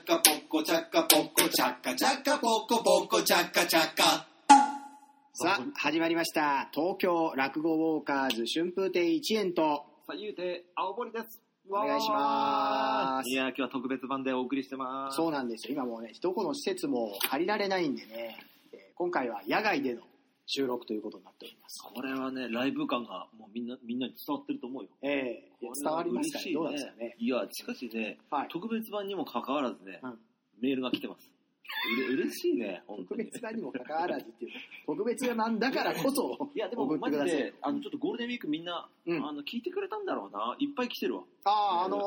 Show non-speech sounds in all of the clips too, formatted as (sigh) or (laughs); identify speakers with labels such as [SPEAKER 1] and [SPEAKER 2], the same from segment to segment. [SPEAKER 1] チャカポコチャカチャカポコポコチャカチャカ
[SPEAKER 2] さあ始まりました東京落語ウォーカーズ春風亭一円と
[SPEAKER 3] さあ、ゆうて、青森です。
[SPEAKER 2] お願いしま
[SPEAKER 3] わ
[SPEAKER 2] す
[SPEAKER 3] ーいやー、今日は特別版でお送りしてます。
[SPEAKER 2] そうなんですよ今もうねどこの施設も借りられないんでねえー今回は野外での収録ということになっております
[SPEAKER 3] これはね、ライブ感がもうみんな、みんなに伝わってると思うよ。
[SPEAKER 2] ええ伝わりますかねどうなんですかね
[SPEAKER 3] いや、しかしね、
[SPEAKER 2] はい
[SPEAKER 3] 特別版にもかかわらずね、
[SPEAKER 2] うん
[SPEAKER 3] メールが来てます。うれ嬉しいね、本当
[SPEAKER 2] 特
[SPEAKER 3] に。
[SPEAKER 2] 別なにもかかわらずっていう特別なんだからこそ
[SPEAKER 3] いや、でも
[SPEAKER 2] 送っ
[SPEAKER 3] マ
[SPEAKER 2] てくだ
[SPEAKER 3] ジ
[SPEAKER 2] さい
[SPEAKER 3] で、あの、ちょっとゴールデンウィークみんな、
[SPEAKER 2] うん
[SPEAKER 3] あの、聞いてくれたんだろうな。いっぱい来てるわ。
[SPEAKER 2] あああのー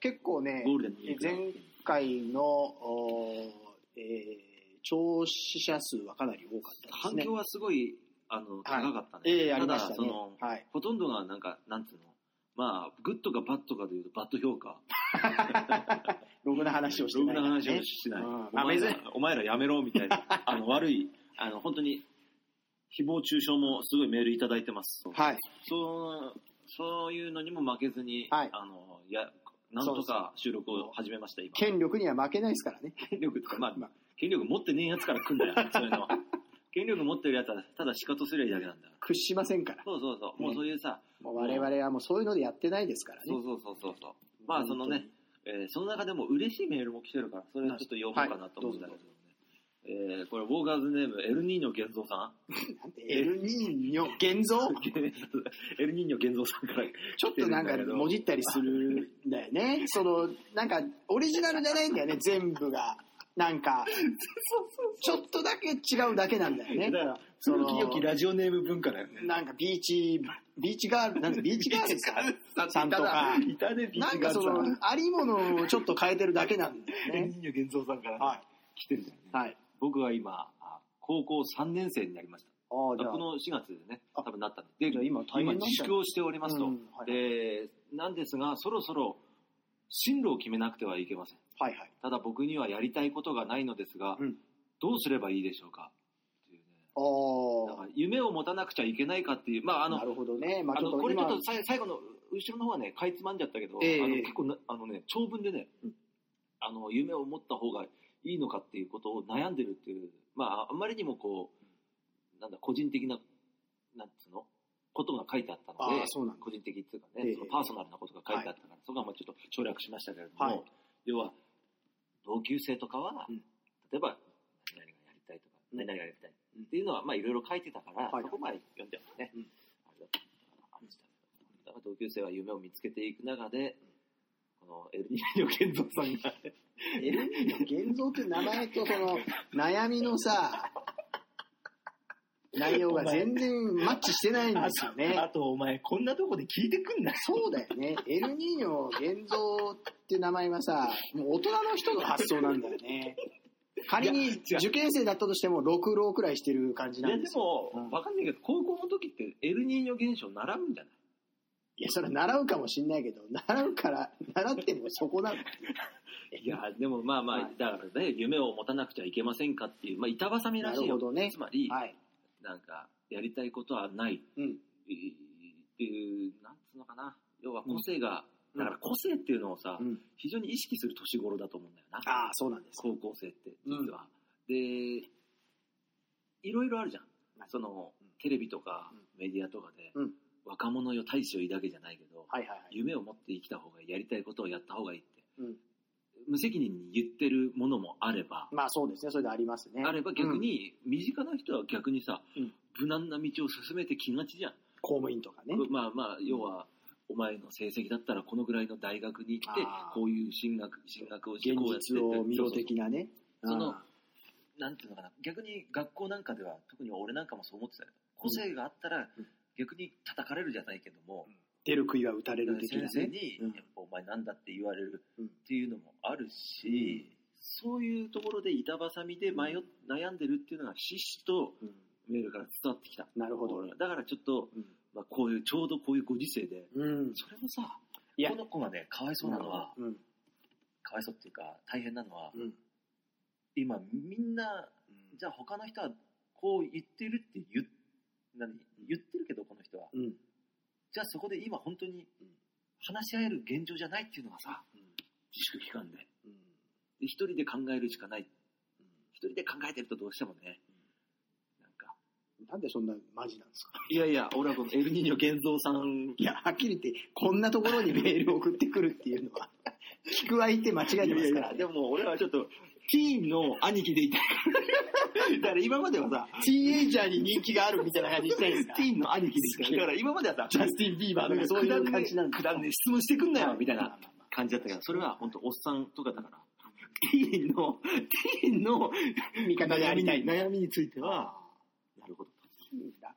[SPEAKER 2] 結構ね
[SPEAKER 3] ゴールデンウィーク。
[SPEAKER 2] 前回の、おーえー聴取者数はかなり多かった
[SPEAKER 3] 反
[SPEAKER 2] ですね
[SPEAKER 3] 響はすごい、あの、高かったね。
[SPEAKER 2] ええあり
[SPEAKER 3] た
[SPEAKER 2] ま
[SPEAKER 3] だ、
[SPEAKER 2] したね
[SPEAKER 3] その、
[SPEAKER 2] はい
[SPEAKER 3] ほとんどがなんか、なんつうのまあ、グッドかバッドかでいうと、バッド評価。
[SPEAKER 2] ログな話をして
[SPEAKER 3] ろ
[SPEAKER 2] ない
[SPEAKER 3] くな
[SPEAKER 2] からね、
[SPEAKER 3] 話をしない。
[SPEAKER 2] うん
[SPEAKER 3] お前
[SPEAKER 2] あ珍
[SPEAKER 3] ら、お前らやめろ、みたい
[SPEAKER 2] (laughs)
[SPEAKER 3] な。あの、悪い、あの、本当に、誹謗中傷もすごいメールいただいてます。
[SPEAKER 2] はい
[SPEAKER 3] そう、そういうのにも負けずに、
[SPEAKER 2] はい
[SPEAKER 3] あの、いや、なんとか収録を始めました、今。
[SPEAKER 2] 権力には負けないですからね
[SPEAKER 3] 権力とか、まあ
[SPEAKER 2] まあ、
[SPEAKER 3] 権力持ってねえやつから来んだ
[SPEAKER 2] (laughs)
[SPEAKER 3] よ、そういうのは。権力持ってるやつは、ただ仕方すりゃいいだけなんだよ。
[SPEAKER 2] 屈しませんから
[SPEAKER 3] そうそうそう。もうそういうさ、
[SPEAKER 2] もう我々はもうそういうのでやってないですからね
[SPEAKER 3] そうそうそうそうそう。まあ、そのね、えーその中でも嬉しいメールも来てるから、それちょっと読もうかなと思うんだけどね。えーこれ、ウォーカーズネーム、エルニーニョ玄三
[SPEAKER 2] (laughs)
[SPEAKER 3] さん
[SPEAKER 2] 本当になんてエルニーニョ現像
[SPEAKER 3] エルニーニョ玄三さんから。
[SPEAKER 2] ちょっとなんかもじったりするんだよねそのなんかオリジナルじゃないんだ
[SPEAKER 3] (laughs)
[SPEAKER 2] よね全部がなんかちょっとだけ違うだけなんだよね
[SPEAKER 3] だから、
[SPEAKER 2] その
[SPEAKER 3] 古き良きラジオネーム文化だよね。
[SPEAKER 2] なんかビーチビーチガールなんだビーチガールですかさんとか
[SPEAKER 3] いたね、ビ
[SPEAKER 2] な
[SPEAKER 3] ーチ
[SPEAKER 2] ん
[SPEAKER 3] ガ
[SPEAKER 2] か
[SPEAKER 3] ー
[SPEAKER 2] そ
[SPEAKER 3] ルさ
[SPEAKER 2] の
[SPEAKER 3] ん。
[SPEAKER 2] ありものをちょっと変えてるだけなんだ
[SPEAKER 3] エ
[SPEAKER 2] よ
[SPEAKER 3] ル
[SPEAKER 2] ね
[SPEAKER 3] ニーニョ玄三さんから
[SPEAKER 2] (laughs)
[SPEAKER 3] ね
[SPEAKER 2] は
[SPEAKER 3] 来てるんだよね。
[SPEAKER 2] いはい
[SPEAKER 3] 僕は今、あ高校3年生になりました。
[SPEAKER 2] ああじゃあ
[SPEAKER 3] この4月でね、
[SPEAKER 2] あ
[SPEAKER 3] 多分なったんで。
[SPEAKER 2] じゃあ
[SPEAKER 3] で、
[SPEAKER 2] 今大変
[SPEAKER 3] 今
[SPEAKER 2] なんだ
[SPEAKER 3] 自粛をしておりますと。
[SPEAKER 2] うんはい
[SPEAKER 3] で、なんですが、そろそろ進路を決めなくてはいけません。
[SPEAKER 2] はいはい
[SPEAKER 3] ただ僕にはやりたいことがないのですが、
[SPEAKER 2] うん
[SPEAKER 3] どうすればいいでしょうかっていうね。だ
[SPEAKER 2] あ
[SPEAKER 3] から夢を持たなくちゃいけないかっていう、まああ
[SPEAKER 2] あ
[SPEAKER 3] の、
[SPEAKER 2] なるほどねまあ
[SPEAKER 3] あ
[SPEAKER 2] ちょっ
[SPEAKER 3] の
[SPEAKER 2] と
[SPEAKER 3] これちょ
[SPEAKER 2] 今
[SPEAKER 3] っとさい最後の後ろの方はね、かいつまんじゃったけど、
[SPEAKER 2] ええ
[SPEAKER 3] あの
[SPEAKER 2] ええ
[SPEAKER 3] 結構なあのね、長文でね、
[SPEAKER 2] うん
[SPEAKER 3] あの、夢を持った方がいいのかっていうことを悩んでるっていう、まああんまりにもこう、なんだ、個人的な、なんつうのことが書いてあったの
[SPEAKER 2] あ
[SPEAKER 3] で
[SPEAKER 2] あ、そうなんだ
[SPEAKER 3] 個人的っていうか
[SPEAKER 2] え
[SPEAKER 3] ね、
[SPEAKER 2] え
[SPEAKER 3] そのパーソナルなことが書いてあったから、そこはまあちょっと省略しましたけれども、
[SPEAKER 2] はい
[SPEAKER 3] 要は、同級生とかは、
[SPEAKER 2] うん
[SPEAKER 3] 例えば、何々がやりたいとか、何々がやりたいっていうのは、まあいろいろ書いてたから、
[SPEAKER 2] はい
[SPEAKER 3] そこまで読んでますね。
[SPEAKER 2] うん
[SPEAKER 3] あれだったあれだっただから同級生は夢を見つけていく中で、このエルニーニョ健三さんが、
[SPEAKER 2] エルニーニョ現像っていう名前とその悩みのさ内容が全然マッチしてないんですよね
[SPEAKER 4] とお前こんなとこで聞いてくんな
[SPEAKER 2] そうだよねエルニーニョ現像って名前はさもう大人の人の発想なんだよね仮に受験生だったとしても6浪くらいしてる感じ
[SPEAKER 3] い
[SPEAKER 2] な
[SPEAKER 3] や
[SPEAKER 2] んで
[SPEAKER 3] です
[SPEAKER 2] よ
[SPEAKER 3] も、
[SPEAKER 2] うん
[SPEAKER 3] わかんないけど、高校の時ってエルニーニョ現象習うんじゃない
[SPEAKER 2] いやそれ習うかもしんないけど (laughs) 習うから習ってもそこ
[SPEAKER 3] (laughs)
[SPEAKER 2] なの
[SPEAKER 3] いや、でもまあまあ、
[SPEAKER 2] はい
[SPEAKER 3] だからね、夢を持たなくちゃいけませんかっていう、まあ板挟みらしいよ。
[SPEAKER 2] なるほどね
[SPEAKER 3] つまり、
[SPEAKER 2] はい
[SPEAKER 3] なんか、やりたいことはない。
[SPEAKER 2] うん
[SPEAKER 3] っていう、なんつうのかな。要は個性が、
[SPEAKER 2] うん
[SPEAKER 3] だから個性っていうのをさ、
[SPEAKER 2] うん
[SPEAKER 3] 非常に意識する年頃だと思うんだよな。
[SPEAKER 2] ああそうなんです
[SPEAKER 3] 高校生って、実は。で、いろいろあるじゃん。その
[SPEAKER 2] うん、
[SPEAKER 3] テレビとか
[SPEAKER 2] うん
[SPEAKER 3] メディアとかで、
[SPEAKER 2] うん
[SPEAKER 3] 若者よ大志を抱けじゃないけど、
[SPEAKER 2] はいはいはい
[SPEAKER 3] 夢を持って生きた方がいいやりたいことをやった方がいいって、
[SPEAKER 2] うん
[SPEAKER 3] 無責任に言ってるものもあれば、
[SPEAKER 2] まあそうですねそれでありますね
[SPEAKER 3] あれば逆に、身近な人は逆にさ、
[SPEAKER 2] うん
[SPEAKER 3] 無難な道を進めてきがちじゃん。
[SPEAKER 2] 公務員とかね
[SPEAKER 3] まあまあ、要は、お前の成績だったらこのぐらいの大学に行って
[SPEAKER 2] あ、ー
[SPEAKER 3] こういう進学、進学をして
[SPEAKER 2] 現
[SPEAKER 3] こうやって
[SPEAKER 2] 実を見ろ
[SPEAKER 3] そうそう
[SPEAKER 2] 的なね
[SPEAKER 3] そうそう
[SPEAKER 2] うん
[SPEAKER 3] なんていうのかな、逆に学校なんかでは、特に俺なんかもそう思ってたけど、個性があったら
[SPEAKER 2] うん、
[SPEAKER 3] 逆に叩かれるじゃないけども、
[SPEAKER 2] 出る杭は打たれる的
[SPEAKER 3] 先
[SPEAKER 2] な
[SPEAKER 3] 生
[SPEAKER 2] ね
[SPEAKER 3] に、
[SPEAKER 2] うん
[SPEAKER 3] やっぱお前なんだって言われる
[SPEAKER 2] うん
[SPEAKER 3] っていうのもあるし、そういうところで板挟みで迷っ悩んでるっていうのが、ひしひしと
[SPEAKER 2] うん
[SPEAKER 3] メールから伝わってきた。
[SPEAKER 2] なるほど
[SPEAKER 3] 俺はだからちょっと、
[SPEAKER 2] うん
[SPEAKER 3] まあ、こういう、ちょうどこういうご時世で、
[SPEAKER 2] うん
[SPEAKER 3] それもさ、
[SPEAKER 2] いや
[SPEAKER 3] この子がね、かわいそうなのは、
[SPEAKER 2] うん
[SPEAKER 3] かわいそうっていうか、大変なのは、
[SPEAKER 2] うん
[SPEAKER 3] 今みんな、じゃあ他の人はこう言ってるって言っ何言ってるけどこの人は
[SPEAKER 2] うん
[SPEAKER 3] じゃあそこで今本当に
[SPEAKER 2] うん
[SPEAKER 3] 話し合える現状じゃないっていうのがさ、
[SPEAKER 2] うん
[SPEAKER 3] 自粛期間で
[SPEAKER 2] うん
[SPEAKER 3] でで一人で考えるしかない。一人で考えてるとどうしてもね、なんか、
[SPEAKER 2] なんでそんなマジなんですか
[SPEAKER 3] (laughs) いやいや、俺はこのエルニーニョ玄三さん、
[SPEAKER 2] いや、はっきり言って、こんなところにメールを送ってくるっていうのは、 (laughs) 聞く相手間違えてますからね。
[SPEAKER 3] でも俺はちょっと、T の兄貴でいたい。だから今まではさ、
[SPEAKER 2] ティーンエイジャーに人気があるみたいな感じしたいんですか
[SPEAKER 3] ティーンの兄貴でいたい。だから今まではさ、
[SPEAKER 2] ジャスティン・ビーバーとかそういう感じなんで
[SPEAKER 3] く
[SPEAKER 2] す
[SPEAKER 3] だ
[SPEAKER 2] か。
[SPEAKER 3] らねえ質問してくんなよみたい
[SPEAKER 2] まあ
[SPEAKER 3] な
[SPEAKER 2] まあまあ
[SPEAKER 3] 感じだったけど、それは本当おっさんとかだから、ティーンの、ティーンの
[SPEAKER 2] 味方でありたい。
[SPEAKER 3] 悩みについては、なるほど。だ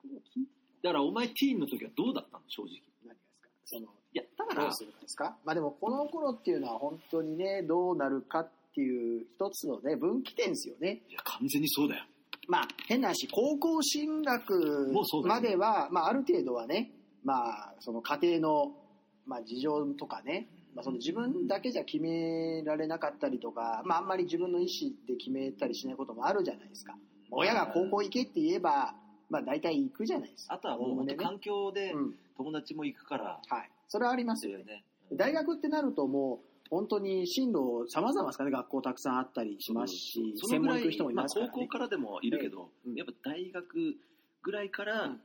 [SPEAKER 3] からお前ティーンの時はどうだったの正直。い
[SPEAKER 2] 何がですかその
[SPEAKER 3] や、だか
[SPEAKER 2] ど
[SPEAKER 3] ら
[SPEAKER 2] う、するかですかまあでもこの頃っていうのは本当にね、どうなるかっていう一つのね、分岐点ですよね。
[SPEAKER 3] いや完全にそうだよ。
[SPEAKER 2] まあ変な話、高校進学
[SPEAKER 3] もうそうだ
[SPEAKER 2] ま
[SPEAKER 3] よ
[SPEAKER 2] では、まあある程度はね、まあその家庭の、まあ事情とかね、まあその自分だけじゃ決められなかったりとか、まああんまり自分の意思で決めたりしないこともあるじゃないですか。親が高校行けって言えば、まあ大体行くじゃないですか。
[SPEAKER 3] あとはも
[SPEAKER 2] おお
[SPEAKER 3] う
[SPEAKER 2] む
[SPEAKER 3] 本
[SPEAKER 2] ね
[SPEAKER 3] 当
[SPEAKER 2] ね
[SPEAKER 3] 環境で
[SPEAKER 2] うん。
[SPEAKER 3] 友達も行くから、
[SPEAKER 2] はい。それはあります
[SPEAKER 3] そう
[SPEAKER 2] よ
[SPEAKER 3] よ
[SPEAKER 2] ね。
[SPEAKER 3] ね。
[SPEAKER 2] 大学ってなるともう本当に進路様々ですかね学校たくさんあったりしますし、
[SPEAKER 3] その
[SPEAKER 2] 専
[SPEAKER 3] ぐ
[SPEAKER 2] 門
[SPEAKER 3] ら
[SPEAKER 2] 行く人も
[SPEAKER 3] い、
[SPEAKER 2] い
[SPEAKER 3] まあ
[SPEAKER 2] ますから、
[SPEAKER 3] 高
[SPEAKER 2] ね
[SPEAKER 3] 校からでもいるけど
[SPEAKER 2] ええう、ん
[SPEAKER 3] やっぱ大学ぐらいから、も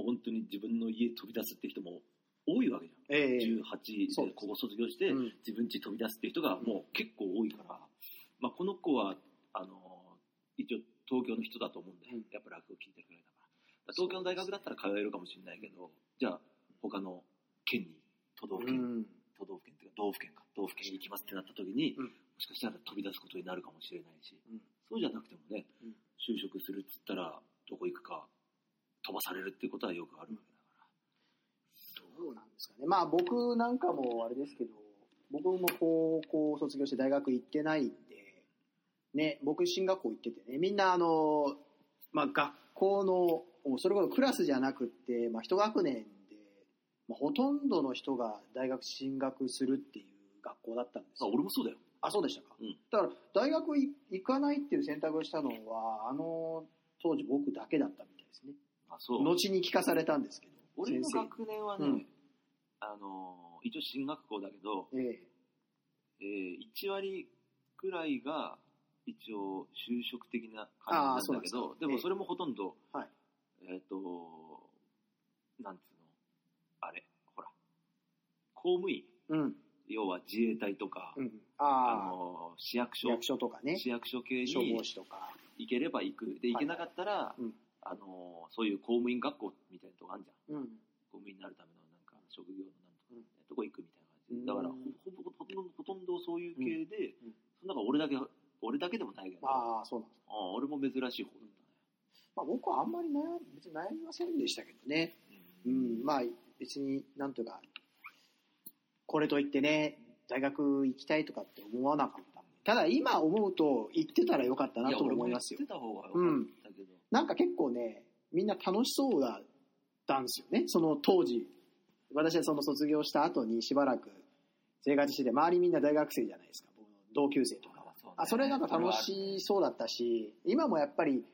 [SPEAKER 3] う本当に自分の家飛び出すって人も多いわけじゃん。
[SPEAKER 2] ええそ
[SPEAKER 3] 18
[SPEAKER 2] う
[SPEAKER 3] で
[SPEAKER 2] です
[SPEAKER 3] 高校卒業して、
[SPEAKER 2] うん
[SPEAKER 3] 自分家飛び出すって人がもう結構多いから、まあ、この子はあの一応東京の人だと思うんで、
[SPEAKER 2] うん
[SPEAKER 3] やっぱ落語聞いてるぐらいだからだから東京の大学だったら通えるかもしれないけどじゃあ他の県に都道府
[SPEAKER 2] うん
[SPEAKER 3] 県、都道府県っていうか道府県か道府県に行きますってなった時に、
[SPEAKER 2] うん
[SPEAKER 3] もしかしたら飛び出すことになるかもしれないし、
[SPEAKER 2] うん
[SPEAKER 3] そうじゃなくてもね、
[SPEAKER 2] うん
[SPEAKER 3] 就職するっつったらどこ行くか飛ばされるっていうことはよくあるわけだから。
[SPEAKER 2] どうなんですかねまあ僕なんかもあれですけど僕も高校卒業して大学行ってないんでね僕進学校行っててねみんなあのまあ学校のもうそれこそクラスじゃなくって、まあ、一学年で、まあ、ほとんどの人が大学進学するっていう学校だったんです
[SPEAKER 3] まあ
[SPEAKER 2] よ
[SPEAKER 3] 俺もそうだよ。
[SPEAKER 2] あ、そうでしたか。
[SPEAKER 3] うん
[SPEAKER 2] だから、大学い行かないっていう選択をしたのは、あの、当時僕だけだったみたいですね。
[SPEAKER 3] あそう
[SPEAKER 2] 後に聞かされたんですけど、
[SPEAKER 3] 俺の学年はね、
[SPEAKER 2] うん
[SPEAKER 3] あのー一応進学校だけど、
[SPEAKER 2] 生。え
[SPEAKER 3] え1割くらいが一応就職的な
[SPEAKER 2] あ
[SPEAKER 3] 感
[SPEAKER 2] ー
[SPEAKER 3] じなんだけ
[SPEAKER 2] そう
[SPEAKER 3] ど
[SPEAKER 2] なんです
[SPEAKER 3] で
[SPEAKER 2] ね
[SPEAKER 3] もそれもほとんど、
[SPEAKER 2] はい
[SPEAKER 3] えっ、となんつうのあれほら公務員
[SPEAKER 2] えうん。
[SPEAKER 3] 要は自衛隊とか、
[SPEAKER 2] うん。
[SPEAKER 3] あ
[SPEAKER 2] ああ、
[SPEAKER 3] のー市役所
[SPEAKER 2] 役所とかね、
[SPEAKER 3] 市役所系
[SPEAKER 2] 消
[SPEAKER 3] に
[SPEAKER 2] 防士とか。
[SPEAKER 3] 行ければ行くで行けなかったら、
[SPEAKER 2] うん
[SPEAKER 3] あのーそういう公務員学校みたいなとこあるじゃん
[SPEAKER 2] うん。
[SPEAKER 3] 公務員になるためのなんか職業のなんとか
[SPEAKER 2] うん
[SPEAKER 3] みたいなとこ行く
[SPEAKER 2] うん
[SPEAKER 3] みたいな感じで、だからほほぼほとんどほとんどそういう系で、
[SPEAKER 2] うんうん
[SPEAKER 3] その中俺だけ俺だけでもないけど、あ
[SPEAKER 2] ああ、そうなんです。
[SPEAKER 3] あ俺も珍しい方だっ
[SPEAKER 2] まあ僕はあんまり悩み、別に悩みませんでしたけどね。
[SPEAKER 3] たね、
[SPEAKER 2] うん。まあ、別になんというか、これといってね、大学行きたいとかって思わなかったんで。ただ今思うと、行ってたらよかったなとも思いますよ
[SPEAKER 3] や。俺も言ってた方が良かったけど、
[SPEAKER 2] なんか結構ね、みんな楽しそうだったんですよね。その当時。私はその卒業した後にしばらく生活してて、周りみんな大学生じゃないですか。僕の同級生とかは。
[SPEAKER 3] そうね
[SPEAKER 2] あ、それなんか楽しそうだったし、今もやっぱり、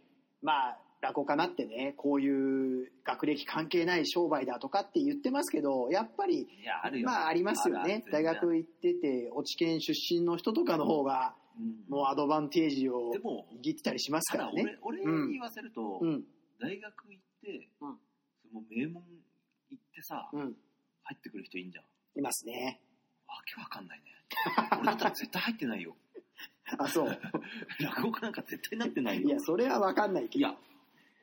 [SPEAKER 2] まあ、落語家なってね、こういう学歴関係ない商売だとかって言ってますけど、やっぱり、
[SPEAKER 3] いやあるよ
[SPEAKER 2] まあありますよね。大、
[SPEAKER 3] ある
[SPEAKER 2] 学行ってて、落研出身の人とかの方が、
[SPEAKER 3] 全然
[SPEAKER 2] もうアドバンテージを
[SPEAKER 3] でも
[SPEAKER 2] 握ってたりします
[SPEAKER 3] た
[SPEAKER 2] か
[SPEAKER 3] だ
[SPEAKER 2] らね。
[SPEAKER 3] 俺
[SPEAKER 2] う
[SPEAKER 3] 俺
[SPEAKER 2] ん
[SPEAKER 3] に言わせると、
[SPEAKER 2] うん。
[SPEAKER 3] 大学行って、
[SPEAKER 2] うん
[SPEAKER 3] その名門行ってさ、
[SPEAKER 2] うん。
[SPEAKER 3] 入ってくる人いいんじゃん
[SPEAKER 2] いますね。
[SPEAKER 3] わけわかんないね俺だったら絶対入ってないよ
[SPEAKER 2] あ、そう。
[SPEAKER 3] (laughs) 落語家なんか絶対なってないよ
[SPEAKER 2] いや、それはわかんないけ
[SPEAKER 3] い
[SPEAKER 2] ど。
[SPEAKER 3] や、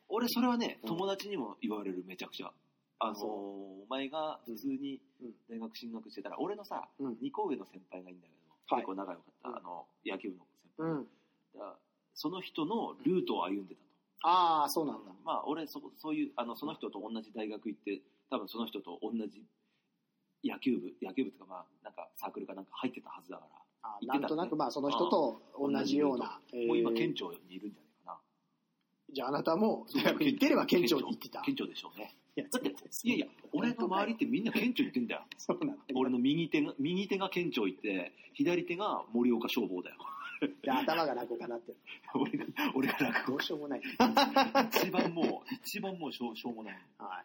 [SPEAKER 3] 俺それはね、
[SPEAKER 2] うん
[SPEAKER 3] 友達にも言われる、めちゃくちゃ。あのー
[SPEAKER 2] そう
[SPEAKER 3] お前が普通に
[SPEAKER 2] うん
[SPEAKER 3] 大学進学してたら、俺のさ、
[SPEAKER 2] うん。
[SPEAKER 3] 2個上の先輩がいいんだけど、
[SPEAKER 2] はい
[SPEAKER 3] 結構仲良かった、
[SPEAKER 2] うん
[SPEAKER 3] あの、野球部の先
[SPEAKER 2] う
[SPEAKER 3] 輩、
[SPEAKER 2] ん。
[SPEAKER 3] だからその人のルートを歩んでたと。
[SPEAKER 2] ああ、そうなんだ。
[SPEAKER 3] まあ、俺そ、そういう、あの、その人と同じ大学行って、多分その人と同じ野球部、野球部とか、まあ、なんかサークルかなんか入ってたはずだから、
[SPEAKER 2] あ
[SPEAKER 3] 言
[SPEAKER 2] な
[SPEAKER 3] ってたね
[SPEAKER 2] んとなく、まあ、その人と同じような。
[SPEAKER 3] もう今、
[SPEAKER 2] えー
[SPEAKER 3] 県庁にいるんじゃないかな。
[SPEAKER 2] じゃあ、あなたも、大学行ってれば県庁に行ってた。
[SPEAKER 3] 県庁でしょうね。
[SPEAKER 2] いや
[SPEAKER 3] だって、いやいや、俺の周りってみんな県庁行ってんだよ。
[SPEAKER 2] そうなんだ。
[SPEAKER 3] 俺の右手が、右手が県庁行って、左手が盛岡消防だよ。 (laughs)
[SPEAKER 2] で頭が楽かなって。
[SPEAKER 3] 俺が、俺が落
[SPEAKER 2] どうしようもない。
[SPEAKER 3] 語一番もう、一番もうしょうしょうもない。
[SPEAKER 2] は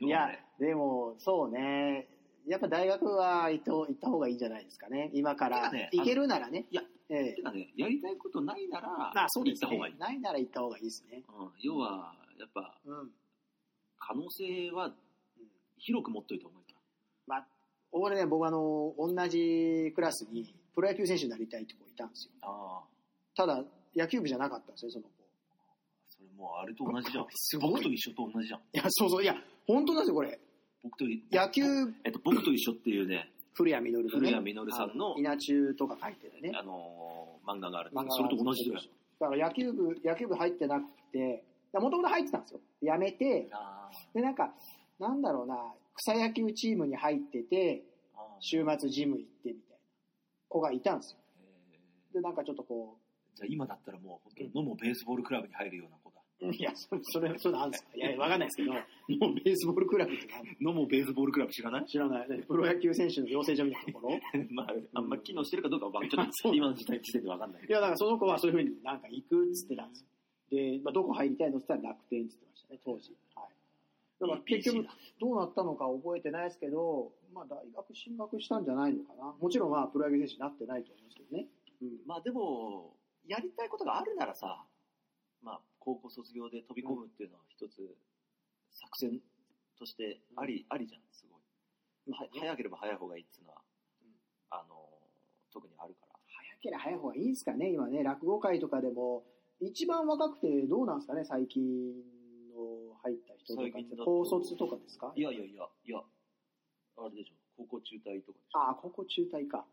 [SPEAKER 3] ど
[SPEAKER 2] い。
[SPEAKER 3] う
[SPEAKER 2] いや
[SPEAKER 3] ね、
[SPEAKER 2] でも、そうね。やっぱ大学は行った行った方がいいんじゃないですかね。今か
[SPEAKER 3] た
[SPEAKER 2] ら
[SPEAKER 3] だね。
[SPEAKER 2] 行けるならね。
[SPEAKER 3] いや、
[SPEAKER 2] ええ
[SPEAKER 3] てかね、やりたいことないなら、
[SPEAKER 2] まあそうです
[SPEAKER 3] 行った方がい
[SPEAKER 2] ね
[SPEAKER 3] い。。
[SPEAKER 2] ないなら行った方がいいですね。
[SPEAKER 3] うん、要は、やっぱ、
[SPEAKER 2] うん。うん
[SPEAKER 3] 可能性は広く持っといた方がいいか
[SPEAKER 2] まあ、俺ね、僕あの、同じクラスにプロ野球選手になりたいって子いたんですよ。
[SPEAKER 3] ら。ああ、
[SPEAKER 2] ただ、野球部じゃなかったんですよ、その子。
[SPEAKER 3] それもうあれと同 (laughs) じじゃん。
[SPEAKER 2] すごい
[SPEAKER 3] 僕と一緒と同じじゃん。
[SPEAKER 2] いや、そうそう、いや、本当なんですよ、これ。
[SPEAKER 3] 僕とい、
[SPEAKER 2] 野球、
[SPEAKER 3] えっと、僕と一緒っていうね、
[SPEAKER 2] 古谷実のね
[SPEAKER 3] 古谷実さんの
[SPEAKER 2] あ稲中とか書いてるね。
[SPEAKER 3] あのー漫画があるん
[SPEAKER 2] 漫
[SPEAKER 3] だ
[SPEAKER 2] 画
[SPEAKER 3] け
[SPEAKER 2] が
[SPEAKER 3] どそれと同じだよ。
[SPEAKER 2] だから野球部、野球部入ってなくて、もともと入ってたんですよ。辞めて、
[SPEAKER 3] あー
[SPEAKER 2] で、なんか、なんだろうな、草野球チームに入ってて、
[SPEAKER 3] あー。
[SPEAKER 2] 週末ジム行ってみたいな子がいたんですよ。
[SPEAKER 3] えー
[SPEAKER 2] で、なんかちょっとこ
[SPEAKER 3] じゃあ今だったらもう本当に、野茂ベースボールクラブに入るような子だ。
[SPEAKER 2] う、いや、それ、それ、それなんですかいや、わかんないですけど、もうベースボールクラブってなんだ
[SPEAKER 3] 野茂ベースボールクラブ知らない
[SPEAKER 2] 知らない。プロ野球選手の養成所みたいなところい
[SPEAKER 3] (laughs) まあ、あんま機能してるかどうかは (laughs) ちょっと今の時代時点でわかんないけど。
[SPEAKER 2] や、だからその子はそういうふうになんか行くっつってたんですよ。で、まあ、どこ入りたいのって言ったら楽天って言ってましたね、当時。はい。だから結
[SPEAKER 3] ABC
[SPEAKER 2] 局
[SPEAKER 3] だ、
[SPEAKER 2] どうなったのか覚えてないですけど、まあ、大学進学したんじゃないのかな。もちろん、まあ、プロ野球選手になってないと思うんですけどね。うん。
[SPEAKER 3] まあでも、やりたいことがあるならさ、まあ、高校卒業で飛び込むっていうのは一つ、作戦としてあり、ありじゃん、すごい。は早ければ早い方がいいっていうのは、
[SPEAKER 2] うん
[SPEAKER 3] あの、特にあるから。
[SPEAKER 2] 早ければ早い方がいいんですかね、今ね、落語界とかでも、一番若くてどうなんですかね、最近の入った人と
[SPEAKER 3] 最
[SPEAKER 2] かっ
[SPEAKER 3] 近
[SPEAKER 2] て
[SPEAKER 3] だ、と
[SPEAKER 2] 高卒とかですか
[SPEAKER 3] いやいやいや、いや、あれでしょ、高校中退とかでしょ。
[SPEAKER 2] ああ、高校中退か。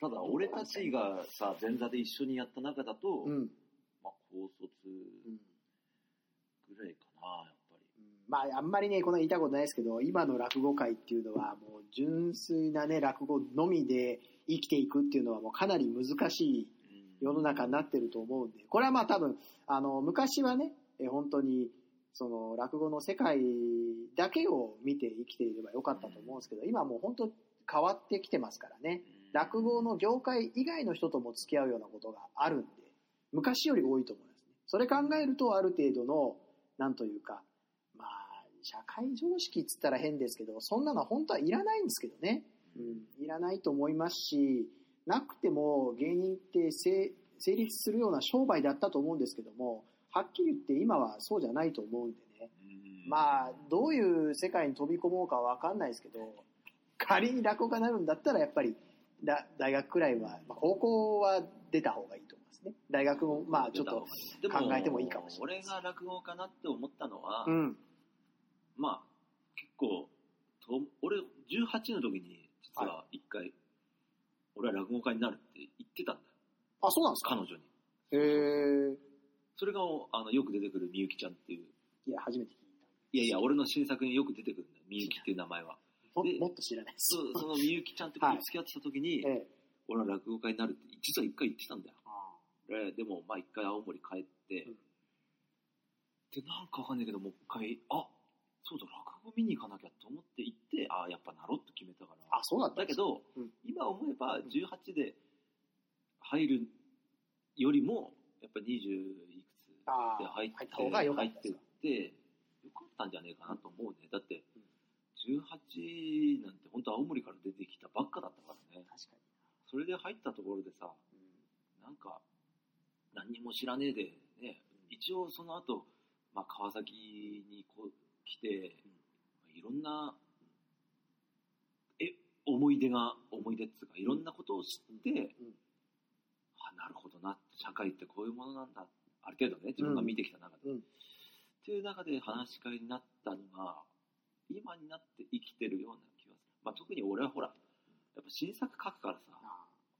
[SPEAKER 3] ただ、俺たちがさ、前座で一緒にやった中だと、
[SPEAKER 2] うん。うん
[SPEAKER 3] まあ、高卒ぐらいかな、やっぱり。
[SPEAKER 2] まあ、あんまりね、この言いたいことないですけど、今の落語界っていうのは、もう純粋なね、落語のみで生きていくっていうのは、もうかなり難しい世の中になってると思うんで、これはまあ多分、あの、昔はね、え本当に、その、落語の世界だけを見て生きていればよかったと思うんですけど、今はもう本当変わってきてますからね。落語の業界以外の人とも付き合うようなことがあるんで、昔より多いと思いますね。それ考えると、ある程度の、なんというか、まあ、社会常識っつったら変ですけど、そんなのは本当はいらないんですけどね。うん、いらないと思いますし、なくても芸人って成成立するような商売だったと思うんですけども、はっきり言って今はそうじゃないと思うんでね。
[SPEAKER 3] うん
[SPEAKER 2] まあ、どういう世界に飛び込もうかわかんないですけど、仮に落語家になるんだったら、やっぱりだ大学くらいは、まあ、高校は出た方がいいと思いますね。大学も、まあ、ちょっと、考えてもいいかもしれないで
[SPEAKER 3] ですも俺が落語かなって思ったのは、
[SPEAKER 2] うん。
[SPEAKER 3] まあ結構と俺18の時に実は一回、俺は落語家になるって言ってたんだよ
[SPEAKER 2] あ、そうなんですか
[SPEAKER 3] 彼女に
[SPEAKER 2] へえ。
[SPEAKER 3] それがあのよく出てくるみゆきちゃんっていう
[SPEAKER 2] いや、初めて聞い
[SPEAKER 3] いやいや俺の新作によく出てくるんだよみゆきっていう名前は
[SPEAKER 2] た。も
[SPEAKER 3] で
[SPEAKER 2] もっと知らないです。
[SPEAKER 3] そうそのみゆきちゃんって子と付き合ってた時に、
[SPEAKER 2] ええ。
[SPEAKER 3] 俺は落語家になるって実は一回言ってたんだよ
[SPEAKER 2] あ
[SPEAKER 3] ででも、まあ、一回青森帰って、
[SPEAKER 2] うん
[SPEAKER 3] で、なんかわかんないけど、もう一回、あ、そうだ、落語見に行かなきゃと思って行って、あやっぱなろうって決めたか
[SPEAKER 2] ー
[SPEAKER 3] ら。
[SPEAKER 2] あ、そうだったんで
[SPEAKER 3] だけ
[SPEAKER 2] すか。
[SPEAKER 3] ど、
[SPEAKER 2] うん
[SPEAKER 3] 今思えば、18で入るよりも、やっぱ20いくつ
[SPEAKER 2] あ
[SPEAKER 3] で
[SPEAKER 2] ー
[SPEAKER 3] 入って、
[SPEAKER 2] 入った方が良かったですか
[SPEAKER 3] 入ってって、よかったんじゃねえかなと思うね。だって、18なんて本当青森から出てきたばっかだったからね。
[SPEAKER 2] 確か
[SPEAKER 3] それで入ったところでさ、
[SPEAKER 2] に。うん
[SPEAKER 3] なんか、何にも知らねえで、ね、一応その後、まあ、川崎にこう来て、いろんな、え、思い出が、思い出っていうか、いろんなことを知って、
[SPEAKER 2] うん
[SPEAKER 3] あなるほどな、社会ってこういうものなんだ、ある程度ね、自分が見てきた中で。
[SPEAKER 2] うん
[SPEAKER 3] っていう中で話し会になったのが、今になって生きてるような気がする。まあ、特に俺はほら、やっぱ新作書くからさ、やっ
[SPEAKER 2] あ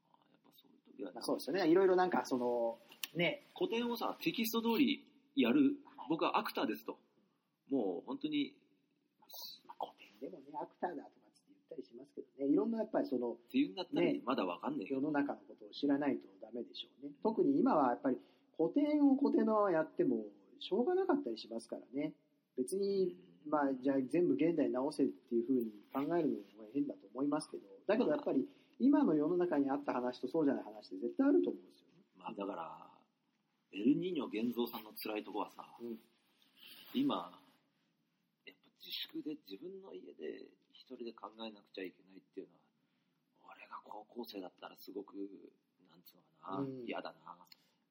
[SPEAKER 3] ぱそういう時は
[SPEAKER 2] ーま
[SPEAKER 3] な
[SPEAKER 2] あ、そうですよね。いろいろなんか、その、ね、
[SPEAKER 3] 古典をさ、テキスト通りやる、僕はアクターですと。もう本当に、
[SPEAKER 2] まあ、古典でもね、アクターだとかって言ったりしますけどね、いろんなやっぱりその、
[SPEAKER 3] っていうんだったら
[SPEAKER 2] ね
[SPEAKER 3] まだわかんねえけど、
[SPEAKER 2] 世の中のことを知らないとダメでしょうね。特に今はやっぱり古典を古典のままやってもしょうがなかったりしますからね。別に、まあじゃあ全部現代に直せっていうふうに考えるのも変だと思いますけど、だけどやっぱり今の世の中にあった話とそうじゃない話って絶対あると思うんですよね。
[SPEAKER 3] まあだから、エルニーニョ現像さんの辛いとこはさ、
[SPEAKER 2] うん
[SPEAKER 3] 今、やっぱ自粛で自分の家で一人で考えなくちゃいけないっていうのは、俺が高校生だったらすごく、なんつうのかな、な
[SPEAKER 2] うん。
[SPEAKER 3] 嫌、だな。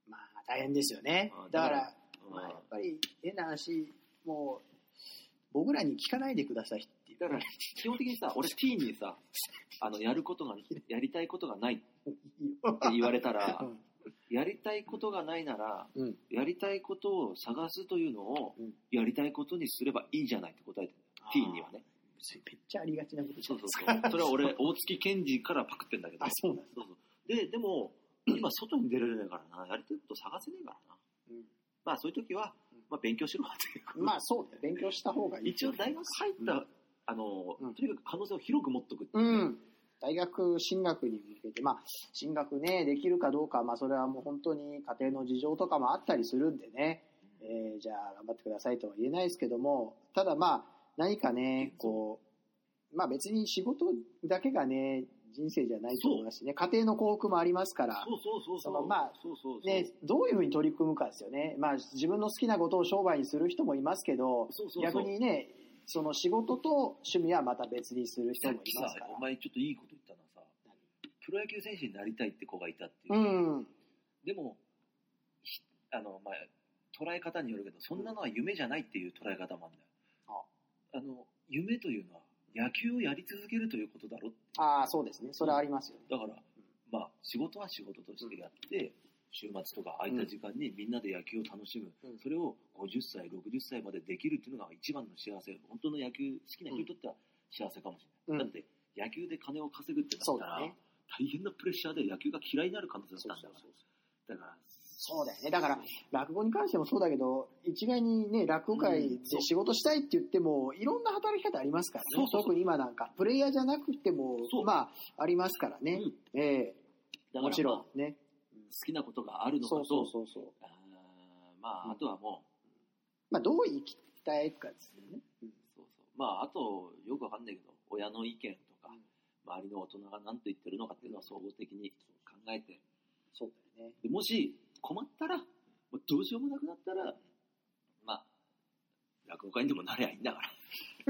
[SPEAKER 2] まあ、大変ですよね
[SPEAKER 3] う。ん
[SPEAKER 2] だから、
[SPEAKER 3] うん
[SPEAKER 2] まあ、やっぱり、変な話、もう、僕らに聞かないでくださいっていう。
[SPEAKER 3] だから、基本的にさ、俺 T にさ、あの、やることが、やりたいことがないって
[SPEAKER 2] (laughs) いいよ。
[SPEAKER 3] 言われたら、やりたいことがないなら、
[SPEAKER 2] うん
[SPEAKER 3] やりたいことを探すというのを
[SPEAKER 2] うん、
[SPEAKER 3] やりたいことにすればいいじゃないって答えてる、T にはね。
[SPEAKER 2] それめっちゃありがちなことじ
[SPEAKER 3] そ
[SPEAKER 2] ゃ
[SPEAKER 3] う
[SPEAKER 2] ない
[SPEAKER 3] そ
[SPEAKER 2] で
[SPEAKER 3] う
[SPEAKER 2] すか。
[SPEAKER 3] そう。それは俺、大月健二からパクってんだけ
[SPEAKER 2] (laughs)
[SPEAKER 3] ど。
[SPEAKER 2] あ、そうなんです。
[SPEAKER 3] そうそう。で、でも、今外に出られないからな、やりたいこと探せねえからな。
[SPEAKER 2] うん
[SPEAKER 3] まあそういう時は
[SPEAKER 2] うん、
[SPEAKER 3] まあ勉強しろっていう。
[SPEAKER 2] まあ、そうだよ勉強した方がいい。
[SPEAKER 3] 一応大学入った、
[SPEAKER 2] うん
[SPEAKER 3] あの、
[SPEAKER 2] うん
[SPEAKER 3] とにかく可能性を広く持っとくっていうね
[SPEAKER 2] ん。大学進学に向けて、まあ、進学ね、できるかどうか、まあ、それはもう本当に家庭の事情とかもあったりするんでね、えーじゃあ、頑張ってくださいとは言えないですけども、ただまあ、何かね、こう、まあ別に仕事だけがね、人生じゃないと思いますしね、家庭の幸福もありますから、
[SPEAKER 3] そうそうそう
[SPEAKER 2] そ
[SPEAKER 3] そ
[SPEAKER 2] の
[SPEAKER 3] う。
[SPEAKER 2] まあ
[SPEAKER 3] そうそうそう。
[SPEAKER 2] ね、どういうふうに取り組むかですよね。まあ、自分の好きなことを商売にする人もいますけど、
[SPEAKER 3] そうそうそう
[SPEAKER 2] 逆にね、その仕事と趣味はまた別にする人
[SPEAKER 3] さ
[SPEAKER 2] も
[SPEAKER 3] っ
[SPEAKER 2] い
[SPEAKER 3] き
[SPEAKER 2] ま
[SPEAKER 3] さ
[SPEAKER 2] すから、
[SPEAKER 3] お。前ちょっといいこと言ったのはさ、プロ野球選手になりたいって子がいたっていうう。
[SPEAKER 2] ん。
[SPEAKER 3] でも、ひあの、まあ、捉え方によるけど、そんなのは夢じゃないっていう捉え方もあるんだよ。あの、夢というのは、野球をやり続けるということだろ
[SPEAKER 2] ああ、そうですね。それはありますよね。
[SPEAKER 3] だから、まあ、仕事は仕事としてやって、週末とか空いた時間にみんなで野球を楽しむ、
[SPEAKER 2] うん
[SPEAKER 3] それを50歳、60歳までできるっていうのが一番の幸せ、本当の野球、好きな人にとっては幸せかもしれない。
[SPEAKER 2] うん
[SPEAKER 3] だって、野球で金を稼ぐってな
[SPEAKER 2] そう
[SPEAKER 3] ったら、
[SPEAKER 2] だね。
[SPEAKER 3] 大変なプレッシャーで野球が嫌いになる可能性
[SPEAKER 2] そ
[SPEAKER 3] だ
[SPEAKER 2] う
[SPEAKER 3] ったん
[SPEAKER 2] そ
[SPEAKER 3] だ
[SPEAKER 2] う
[SPEAKER 3] から。
[SPEAKER 2] そうそ
[SPEAKER 3] だから、
[SPEAKER 2] うだよねだから落語に関してもそうだけど、一概にね、落語界で仕事したいって言っても、いろんな働き方ありますから
[SPEAKER 3] そ
[SPEAKER 2] ね
[SPEAKER 3] う。そうそう
[SPEAKER 2] 特に今なんか、プレイヤーじゃなくても
[SPEAKER 3] そ、う
[SPEAKER 2] まあ、ありますからね。
[SPEAKER 3] うん
[SPEAKER 2] ええ
[SPEAKER 3] だから
[SPEAKER 2] もち
[SPEAKER 3] まあ
[SPEAKER 2] ろんね。
[SPEAKER 3] 好きなことがあるのか
[SPEAKER 2] そ
[SPEAKER 3] と、
[SPEAKER 2] うそうそうそう。
[SPEAKER 3] あーまあ、あとはも
[SPEAKER 2] まあ、どう生きたいかですよね。
[SPEAKER 3] う、そうそうまあ、あと、よくわかんないけど、親の意見とか
[SPEAKER 2] うん、
[SPEAKER 3] 周りの大人が何と言ってるのかっていうのは総合的に考えて、
[SPEAKER 2] そうだよね。
[SPEAKER 3] でもし困ったら、もうどうしようもなくなったら、まあ、落語家にでもなりゃいいんだから。
[SPEAKER 2] (laughs)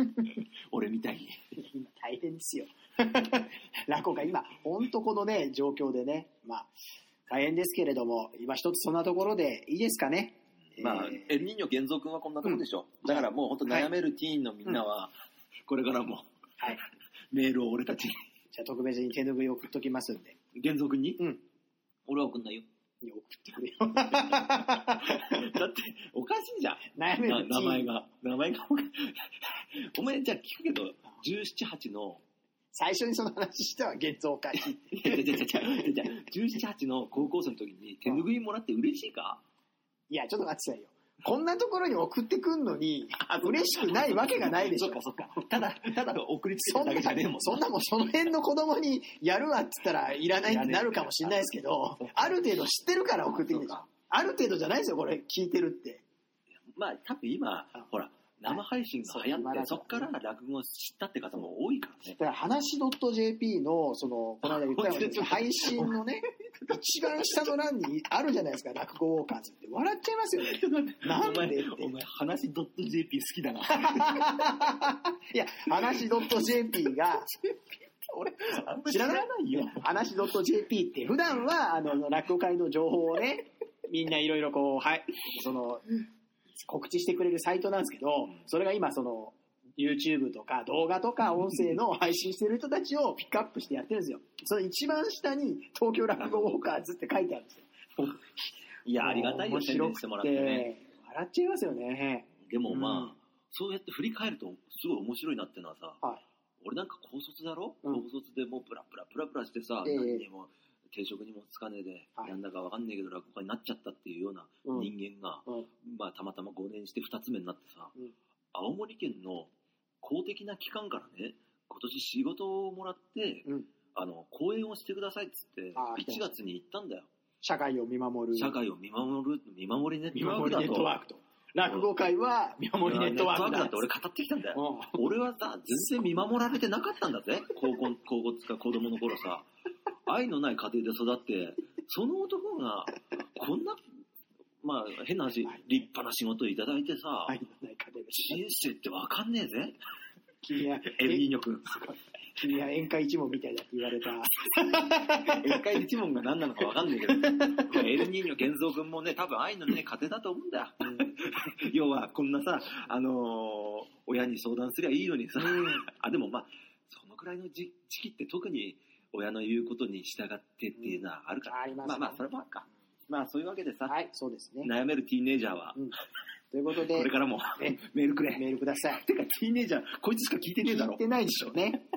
[SPEAKER 3] 俺みたいに。
[SPEAKER 2] 今大変ですよ。 (laughs) 落語家今、ほんとこのね、状況でね、まあ、大変ですけれども、今一つそんなところでいいですかね。
[SPEAKER 3] (laughs) まあ
[SPEAKER 2] え、ー
[SPEAKER 3] エルニーニョ玄三君はこんなとこでしょ。
[SPEAKER 2] うん
[SPEAKER 3] だからもう本当悩めるティーンのみんなは、これからも、
[SPEAKER 2] はい
[SPEAKER 3] メールを俺たちに、
[SPEAKER 2] じゃあ特別に手拭い送っときますんで。
[SPEAKER 3] 玄三君に、
[SPEAKER 2] うん
[SPEAKER 3] 俺は送
[SPEAKER 2] (laughs)
[SPEAKER 3] んないよ。
[SPEAKER 2] いや送ってくれ
[SPEAKER 3] (laughs)
[SPEAKER 2] よ。
[SPEAKER 3] だって、おかしいじゃん。
[SPEAKER 2] 悩め
[SPEAKER 3] な
[SPEAKER 2] る
[SPEAKER 3] 名前
[SPEAKER 2] が。
[SPEAKER 3] が。名前がおかしい。 (laughs) お前、じゃあ聞くけど、17、8の、
[SPEAKER 2] 最初にその話したは現像会。
[SPEAKER 3] いやいやいやいやいや17、8の高校生の時に手拭いもらって嬉しいか
[SPEAKER 2] いや、ちょっと待ってくださいよ。こんなところに送ってくんのに、嬉しくないわけがないでしょ。
[SPEAKER 3] そっかそっか。ただ、ただ送りつけただけじゃねえもん。
[SPEAKER 2] そんなもんその辺の子供にやるわっつったらいらないってなるかもしれないですけど、ある程度知ってるから送ってきてる
[SPEAKER 3] そうか
[SPEAKER 2] ある程度じゃないですよ、これ聞いてるって。
[SPEAKER 3] まあ、多分今
[SPEAKER 2] あ、
[SPEAKER 3] ほら、生配信が流行っ
[SPEAKER 2] そう
[SPEAKER 3] て、そっから落語を知ったって方も多いからね
[SPEAKER 2] だ。から話 .jp の、その、この間言ったように、配信のね、一番下の欄にあるじゃないですか、落語ウォーカーズって。笑っちゃいます (laughs) よね。なんでって
[SPEAKER 3] お前、お前話 .jp 好きだな。
[SPEAKER 2] いや、話 .jp (laughs) が、
[SPEAKER 3] 俺、あんま
[SPEAKER 2] (laughs) 知
[SPEAKER 3] 知
[SPEAKER 2] ら
[SPEAKER 3] ら
[SPEAKER 2] ない
[SPEAKER 3] ないよ。
[SPEAKER 2] 話 .jp って普段は、あの、落語会の情報をね、
[SPEAKER 3] (laughs)
[SPEAKER 2] みんないろいろこう、はい、その、告知してくれるサイトなんですけど
[SPEAKER 3] うん、
[SPEAKER 2] それが今その、YouTube とか動画とか音声の配信してる人たちをピックアップしてやってるんですよ。その一番下に東京落語ウォーカーズって書いてあるんですよ。
[SPEAKER 3] いや、ありがたいよ、宣伝してもらってね。。
[SPEAKER 2] 笑っちゃいますよね。
[SPEAKER 3] でも
[SPEAKER 2] うん
[SPEAKER 3] まあ、そうやって振り返ると、すごい面白いなってのはさ、
[SPEAKER 2] はい。
[SPEAKER 3] 俺なんか高卒だろ、
[SPEAKER 2] うん
[SPEAKER 3] 高卒でもうプラプラプラプラしてさ、
[SPEAKER 2] ええ
[SPEAKER 3] 何にも定職にもつかねえで、
[SPEAKER 2] はい
[SPEAKER 3] なんだかわかんねえけど落語家になっちゃったっていうような
[SPEAKER 2] うん
[SPEAKER 3] 人間が、
[SPEAKER 2] うん
[SPEAKER 3] まあたまたま5年して2つ目になってさ、
[SPEAKER 2] うん
[SPEAKER 3] 青森県の公的な機関からね、今年仕事をもらって、
[SPEAKER 2] うん
[SPEAKER 3] あの、講演をしてくださいっつって、
[SPEAKER 2] ああ
[SPEAKER 3] 1月に行ったんだよ。
[SPEAKER 2] 社会を見守る。
[SPEAKER 3] 社会を見守る、見守りネッ
[SPEAKER 2] 見
[SPEAKER 3] トワーク
[SPEAKER 2] 守り
[SPEAKER 3] だと。
[SPEAKER 2] ネットワークと。落語会は見守りネットワーク
[SPEAKER 3] だ
[SPEAKER 2] だ
[SPEAKER 3] って俺語ってきたんだよ。
[SPEAKER 2] うん
[SPEAKER 3] 俺はさ、全然見守られてなかったんだぜ。高校、高校つか子供の頃さ。愛のない家庭で育って、その男が、こんな、まあ変な話、立派な仕事いただいてさ、
[SPEAKER 2] 愛のない家庭ですね。
[SPEAKER 3] 人生ってわかんねえぜ。
[SPEAKER 2] 君は、
[SPEAKER 3] エルニーニョ君。
[SPEAKER 2] 君は宴会一問みたいだって言われ
[SPEAKER 3] (laughs)
[SPEAKER 2] た。
[SPEAKER 3] 宴会一問が何なのか分かんないけど、エルニーニョ玄三君もね、多分愛のね、風だと思うんだよ。
[SPEAKER 2] うん
[SPEAKER 3] 要は、こんなさ、あのー親に相談すりゃいいのにさ、 (laughs) あ、でもまあ、そのくらいの時時期って特に親の言うことに従ってっていうのはあるから。
[SPEAKER 2] あります
[SPEAKER 3] まあ
[SPEAKER 2] ね
[SPEAKER 3] まあ、それもあるか。まあ、そういうわけでさ、
[SPEAKER 2] はい、そうですね。
[SPEAKER 3] 悩めるティーンネイジャーは、
[SPEAKER 2] うんということで
[SPEAKER 3] これ、からも
[SPEAKER 2] ね
[SPEAKER 3] メールく (laughs) れ。
[SPEAKER 2] メールください。
[SPEAKER 3] てか、ティーンネイジャー、こいつしか聞いてねえだ
[SPEAKER 2] 聞
[SPEAKER 3] ろ
[SPEAKER 2] い。てないでしょうね。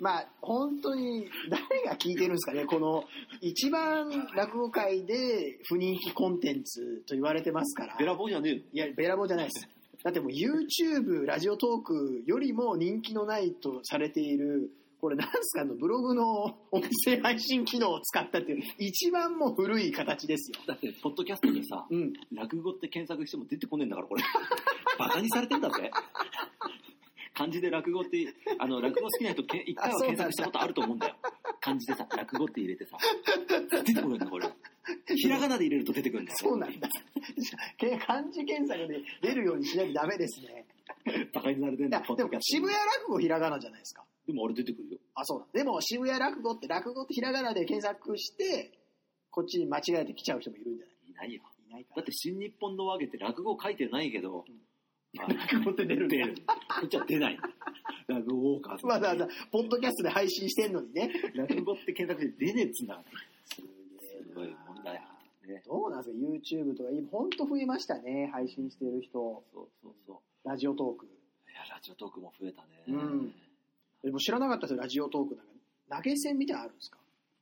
[SPEAKER 2] まあ、本当に、誰が聞いてるんですかね、この、一番落語界で不人気コンテンツと言われてますから。
[SPEAKER 3] べらぼうじゃねえよ。
[SPEAKER 2] いや、べらぼうじゃないです。だってもう YouTube、ラジオトークよりも人気のないとされている、これなんすかあのブログの音声配信機能を使ったっていう、一番もう古い形ですよ。
[SPEAKER 3] だって、ポッドキャストでさ、
[SPEAKER 2] うん。
[SPEAKER 3] 落語って検索しても出てこねえんだから、
[SPEAKER 2] (laughs)
[SPEAKER 3] これ。バカにされてんだぜ。漢字で落語って、あの、落語好きな人、け一回は検索したことあると思うんだよ。漢字でさ、落語って入
[SPEAKER 2] (laughs)
[SPEAKER 3] れてさ、出てこないんだ、これ。ひらがなで入れると出てくるんだよ。
[SPEAKER 2] そうなんだ。け漢字検索で出るようにしなきゃダメですね。
[SPEAKER 3] バカにされてん
[SPEAKER 2] い
[SPEAKER 3] だ
[SPEAKER 2] や、
[SPEAKER 3] よ、ポッ
[SPEAKER 2] で
[SPEAKER 3] ド
[SPEAKER 2] も
[SPEAKER 3] キャス
[SPEAKER 2] 渋
[SPEAKER 3] ト
[SPEAKER 2] 谷落語ひらがなじゃないですか。
[SPEAKER 3] でも俺出てくるよ。
[SPEAKER 2] あ、そうだ。でも渋谷落語って落語ってひらがなで検索して、こっちに間違えてきちゃう人もいるんじゃない
[SPEAKER 3] いないよ。
[SPEAKER 2] いないか
[SPEAKER 3] だって、新日本のわけって落語書いてないけど、あ
[SPEAKER 4] 落語って出る
[SPEAKER 3] 出る。こっちは出ない。落語ウォーカーズ
[SPEAKER 2] わざわざ、ポッドキャストで配信してんのにね。
[SPEAKER 3] 落語って検索で出ねえっつうんだから。すごいもんだよ。ね。
[SPEAKER 2] どうなんですか ?YouTube とか、今ほんと増えましたね。配信してる人、
[SPEAKER 3] そうそうそう。
[SPEAKER 2] ラジオトーク。
[SPEAKER 3] いや、ラジオトークも増えたね。
[SPEAKER 2] うんでも知らなかったですよ、ラジオトークなんか。投げ銭みたいなのあるんですか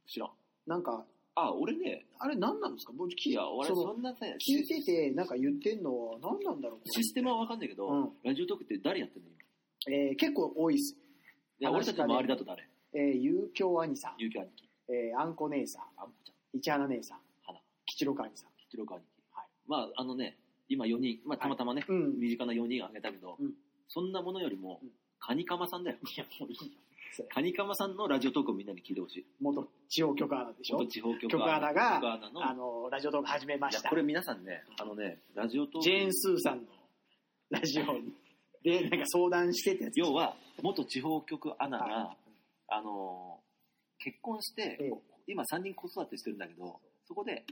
[SPEAKER 3] 知らん。
[SPEAKER 2] なんか、
[SPEAKER 3] あ、俺ね、
[SPEAKER 2] あれ何なんですか僕聞
[SPEAKER 3] い
[SPEAKER 2] い
[SPEAKER 3] や、俺
[SPEAKER 2] その
[SPEAKER 3] そんなね、
[SPEAKER 2] 聞いてて、なんか言ってんのは何なんだろうこれ
[SPEAKER 3] システムはわかんないけど、
[SPEAKER 2] うん
[SPEAKER 3] ラジオトークって誰やってんの今。
[SPEAKER 2] えー結構多いっす。
[SPEAKER 3] いや、俺
[SPEAKER 2] 話
[SPEAKER 3] た
[SPEAKER 2] し
[SPEAKER 3] ちの
[SPEAKER 2] 家で
[SPEAKER 3] 周りだと誰
[SPEAKER 2] えー、ゆうきょう兄さん、
[SPEAKER 3] ゆうき兄貴、
[SPEAKER 2] えー、あんこ姉さん、
[SPEAKER 3] あんこちゃん、
[SPEAKER 2] 市原姉さん、
[SPEAKER 3] 花、
[SPEAKER 2] 吉六兄さん。
[SPEAKER 3] 吉六兄貴。
[SPEAKER 2] はい
[SPEAKER 3] まあ、あのね、今4人、まあ、たまたまね、
[SPEAKER 2] うん。
[SPEAKER 3] 身近な4人あげたけど、
[SPEAKER 2] うん
[SPEAKER 3] そんなものよりも、
[SPEAKER 2] うん
[SPEAKER 3] カニカマさんだよ。
[SPEAKER 2] それ
[SPEAKER 3] カニカマさんのラジオトークをみんなに聞いてほしい。
[SPEAKER 2] 元地方局アナでしょ
[SPEAKER 3] 元地方局
[SPEAKER 2] 局アナが
[SPEAKER 3] 局アナの
[SPEAKER 2] あの、ラジオトーク始めま
[SPEAKER 3] いや
[SPEAKER 2] した。
[SPEAKER 3] これ皆さんね、あのね、ラジオトーク。
[SPEAKER 2] ジェーン・スーさんのラジオで、なんか相談してってやつ。
[SPEAKER 3] 要は元地方局アナが、
[SPEAKER 2] は
[SPEAKER 3] あのー結婚して、
[SPEAKER 2] ええ
[SPEAKER 3] 今3人子育てしてるんだけどそこで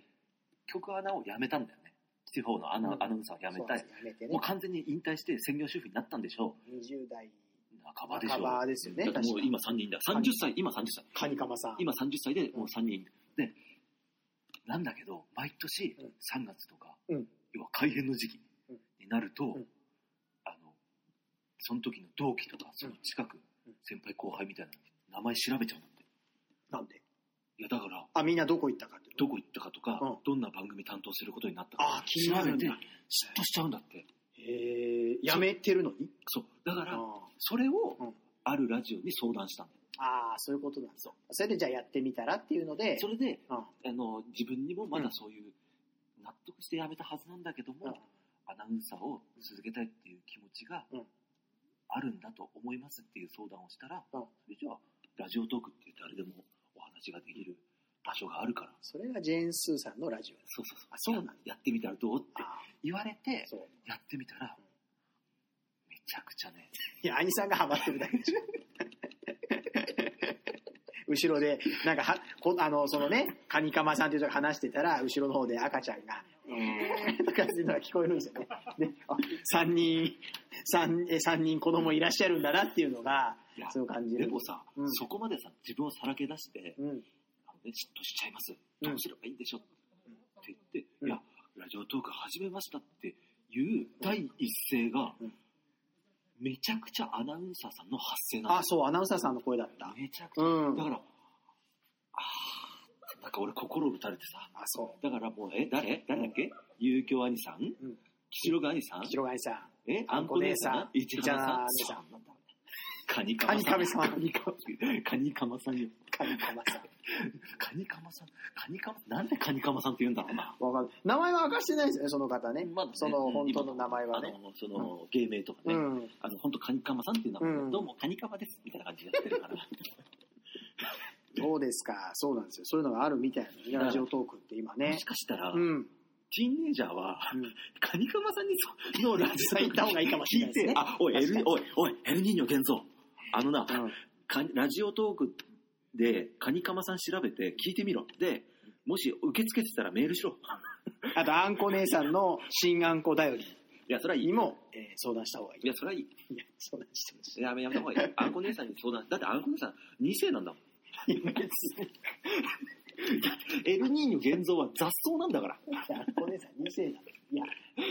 [SPEAKER 3] 局アナを辞めたんだよね地方のアナ,、
[SPEAKER 2] うん
[SPEAKER 3] アナウンサーを辞め
[SPEAKER 2] そうな
[SPEAKER 3] た
[SPEAKER 2] ん
[SPEAKER 3] い
[SPEAKER 2] ですやめて
[SPEAKER 3] も
[SPEAKER 2] ね
[SPEAKER 3] う。完全に引退して専業主婦になったんでしょ
[SPEAKER 2] 20代
[SPEAKER 3] う半ばでしょ
[SPEAKER 2] 半
[SPEAKER 3] う
[SPEAKER 2] ばですよね。
[SPEAKER 3] だって
[SPEAKER 2] 確
[SPEAKER 3] も
[SPEAKER 2] か
[SPEAKER 3] う今3人だ30歳今30歳
[SPEAKER 2] カニカマさん。
[SPEAKER 3] 今30歳でもう3人でなんだけど毎年
[SPEAKER 2] うん
[SPEAKER 3] 3月とか、
[SPEAKER 2] うん
[SPEAKER 3] 要は改変の時期
[SPEAKER 2] うん
[SPEAKER 3] になると、
[SPEAKER 2] ん
[SPEAKER 3] あのその時の同期とかその近く、
[SPEAKER 2] うん
[SPEAKER 3] 先輩後輩みたいな名前調べちゃうんだって
[SPEAKER 2] なんで
[SPEAKER 3] いやだから
[SPEAKER 2] あ、みんなどこ行ったかって。
[SPEAKER 3] どこ行ったかとか、
[SPEAKER 2] うん
[SPEAKER 3] どんな番組担当することになった
[SPEAKER 2] あー
[SPEAKER 3] か
[SPEAKER 2] 気になる
[SPEAKER 3] 調べ
[SPEAKER 2] ん
[SPEAKER 3] て嫉
[SPEAKER 2] だ
[SPEAKER 3] 妬しちゃうんだって
[SPEAKER 2] へえ、やめてるのに
[SPEAKER 3] そうだか
[SPEAKER 2] あ
[SPEAKER 3] ら
[SPEAKER 2] ー
[SPEAKER 3] それを
[SPEAKER 2] うん
[SPEAKER 3] あるラジオに相談したんだよ
[SPEAKER 2] あー、そういうことなんですよ。それでじゃあやってみたらっていうので、
[SPEAKER 3] それで
[SPEAKER 2] うん
[SPEAKER 3] あの自分にもまだそういう納得してやめたはずなんだけども、
[SPEAKER 2] うん
[SPEAKER 3] アナウンサーを続けたいっていう気持ちが
[SPEAKER 2] うん
[SPEAKER 3] あるんだと思いますっていう相談をしたら、
[SPEAKER 2] うん
[SPEAKER 3] それじゃあラジオトークって誰でもお話ができる場所があるから
[SPEAKER 2] それがジェーン・スーさんのラジオです。
[SPEAKER 3] そうそうそう
[SPEAKER 2] あそうなんだ
[SPEAKER 3] ややってみたらどうって
[SPEAKER 2] あ
[SPEAKER 3] 言われ
[SPEAKER 2] ー
[SPEAKER 3] て
[SPEAKER 2] そう。
[SPEAKER 3] やってみたら
[SPEAKER 2] うん
[SPEAKER 3] めちゃくちゃね
[SPEAKER 2] いや、兄さんがハマってるだけでしょ。 (laughs) 後ろで、なんかは、こあの、そのね、カニカマさんという人が話してたら、後ろの方で赤ちゃんが、えーとかっていうのが聞こえるんですよね。で、あ、3人、三え三人子供いらっしゃるんだなっていうのが、
[SPEAKER 3] いや
[SPEAKER 2] そう感じ
[SPEAKER 3] で
[SPEAKER 2] る。
[SPEAKER 3] もさ、
[SPEAKER 2] うん
[SPEAKER 3] そこまでさ自分をさらけ出して、
[SPEAKER 2] うん。
[SPEAKER 3] あのね、嫉妬しちゃいます。
[SPEAKER 2] うん
[SPEAKER 3] どうすればいいんでしょう、って言って、
[SPEAKER 2] うん
[SPEAKER 3] いや、ラジオトーク始めましたっていう第一声が、
[SPEAKER 2] うん
[SPEAKER 3] めちゃくちゃアナウンサーさんの発声なん
[SPEAKER 2] あ
[SPEAKER 3] で、す
[SPEAKER 2] そう、アナウンサーさんの声だった。
[SPEAKER 3] めちゃくちゃ。
[SPEAKER 2] うん
[SPEAKER 3] だ。から、あーなんか俺心打たれてさ。
[SPEAKER 2] あ、そ
[SPEAKER 3] だからもう、え、誰誰だっけ有京兄さん、
[SPEAKER 2] ん
[SPEAKER 3] 岸六兄さん
[SPEAKER 2] う。白貝さん。
[SPEAKER 3] え、あんこ姉さ
[SPEAKER 2] あん
[SPEAKER 3] ん
[SPEAKER 2] こ姉
[SPEAKER 3] 市原さん
[SPEAKER 2] 市
[SPEAKER 3] さ
[SPEAKER 2] 原
[SPEAKER 3] んなんだカニカ
[SPEAKER 2] カ
[SPEAKER 3] マ
[SPEAKER 2] ニ
[SPEAKER 3] さ
[SPEAKER 2] カ
[SPEAKER 3] ん
[SPEAKER 2] マ。さん。
[SPEAKER 3] カニカマカニカマさんよ。
[SPEAKER 2] カニカマさん。
[SPEAKER 3] カニカマさん、カニカマ、なんでカニカマさんって言うんだろうな。
[SPEAKER 2] わかんない名前は明かしてないですね、その方ね。
[SPEAKER 3] まだね
[SPEAKER 2] その本当の名前はね。
[SPEAKER 3] あのその、芸名とか
[SPEAKER 2] う
[SPEAKER 3] ね、
[SPEAKER 2] ん。
[SPEAKER 3] あの、本当カニカマさんっていう名前、
[SPEAKER 2] うん
[SPEAKER 3] どうもカニカマです、みたいな感じでやってるから。
[SPEAKER 2] そうですか、そうなんですよ。そういうのがあるみたいなのねラジオトークって今
[SPEAKER 3] も
[SPEAKER 2] ね
[SPEAKER 3] し。かしたら、
[SPEAKER 2] うん。うん
[SPEAKER 3] ティーンネイジャーは、カニカマさんにそのラジオ
[SPEAKER 2] 実際行った方がいいかもしれないですね
[SPEAKER 3] 聞てあ、おい、エ
[SPEAKER 2] 確か
[SPEAKER 3] ル
[SPEAKER 2] に、
[SPEAKER 3] おい、おい、エルニーニョ現像。あのな、
[SPEAKER 2] うん
[SPEAKER 3] かラジオトークで、カニカマさん調べて聞いてみろ。で、もし受け付けてたらメールしろ。
[SPEAKER 2] あと、あんこ姉さんの新あんこだより
[SPEAKER 3] いや、それはいい。
[SPEAKER 2] に
[SPEAKER 3] い
[SPEAKER 2] も、えー相談した方がいい。
[SPEAKER 3] や、それはいい。
[SPEAKER 2] いや、相談してほしい。
[SPEAKER 3] やめやめた方がいい。あんこ姉さんに相談。だってあんこ姉さん、2世なんだもん。エルニーニョ現像は雑草なんだから。
[SPEAKER 2] あんこ姉さん2世なの。いや、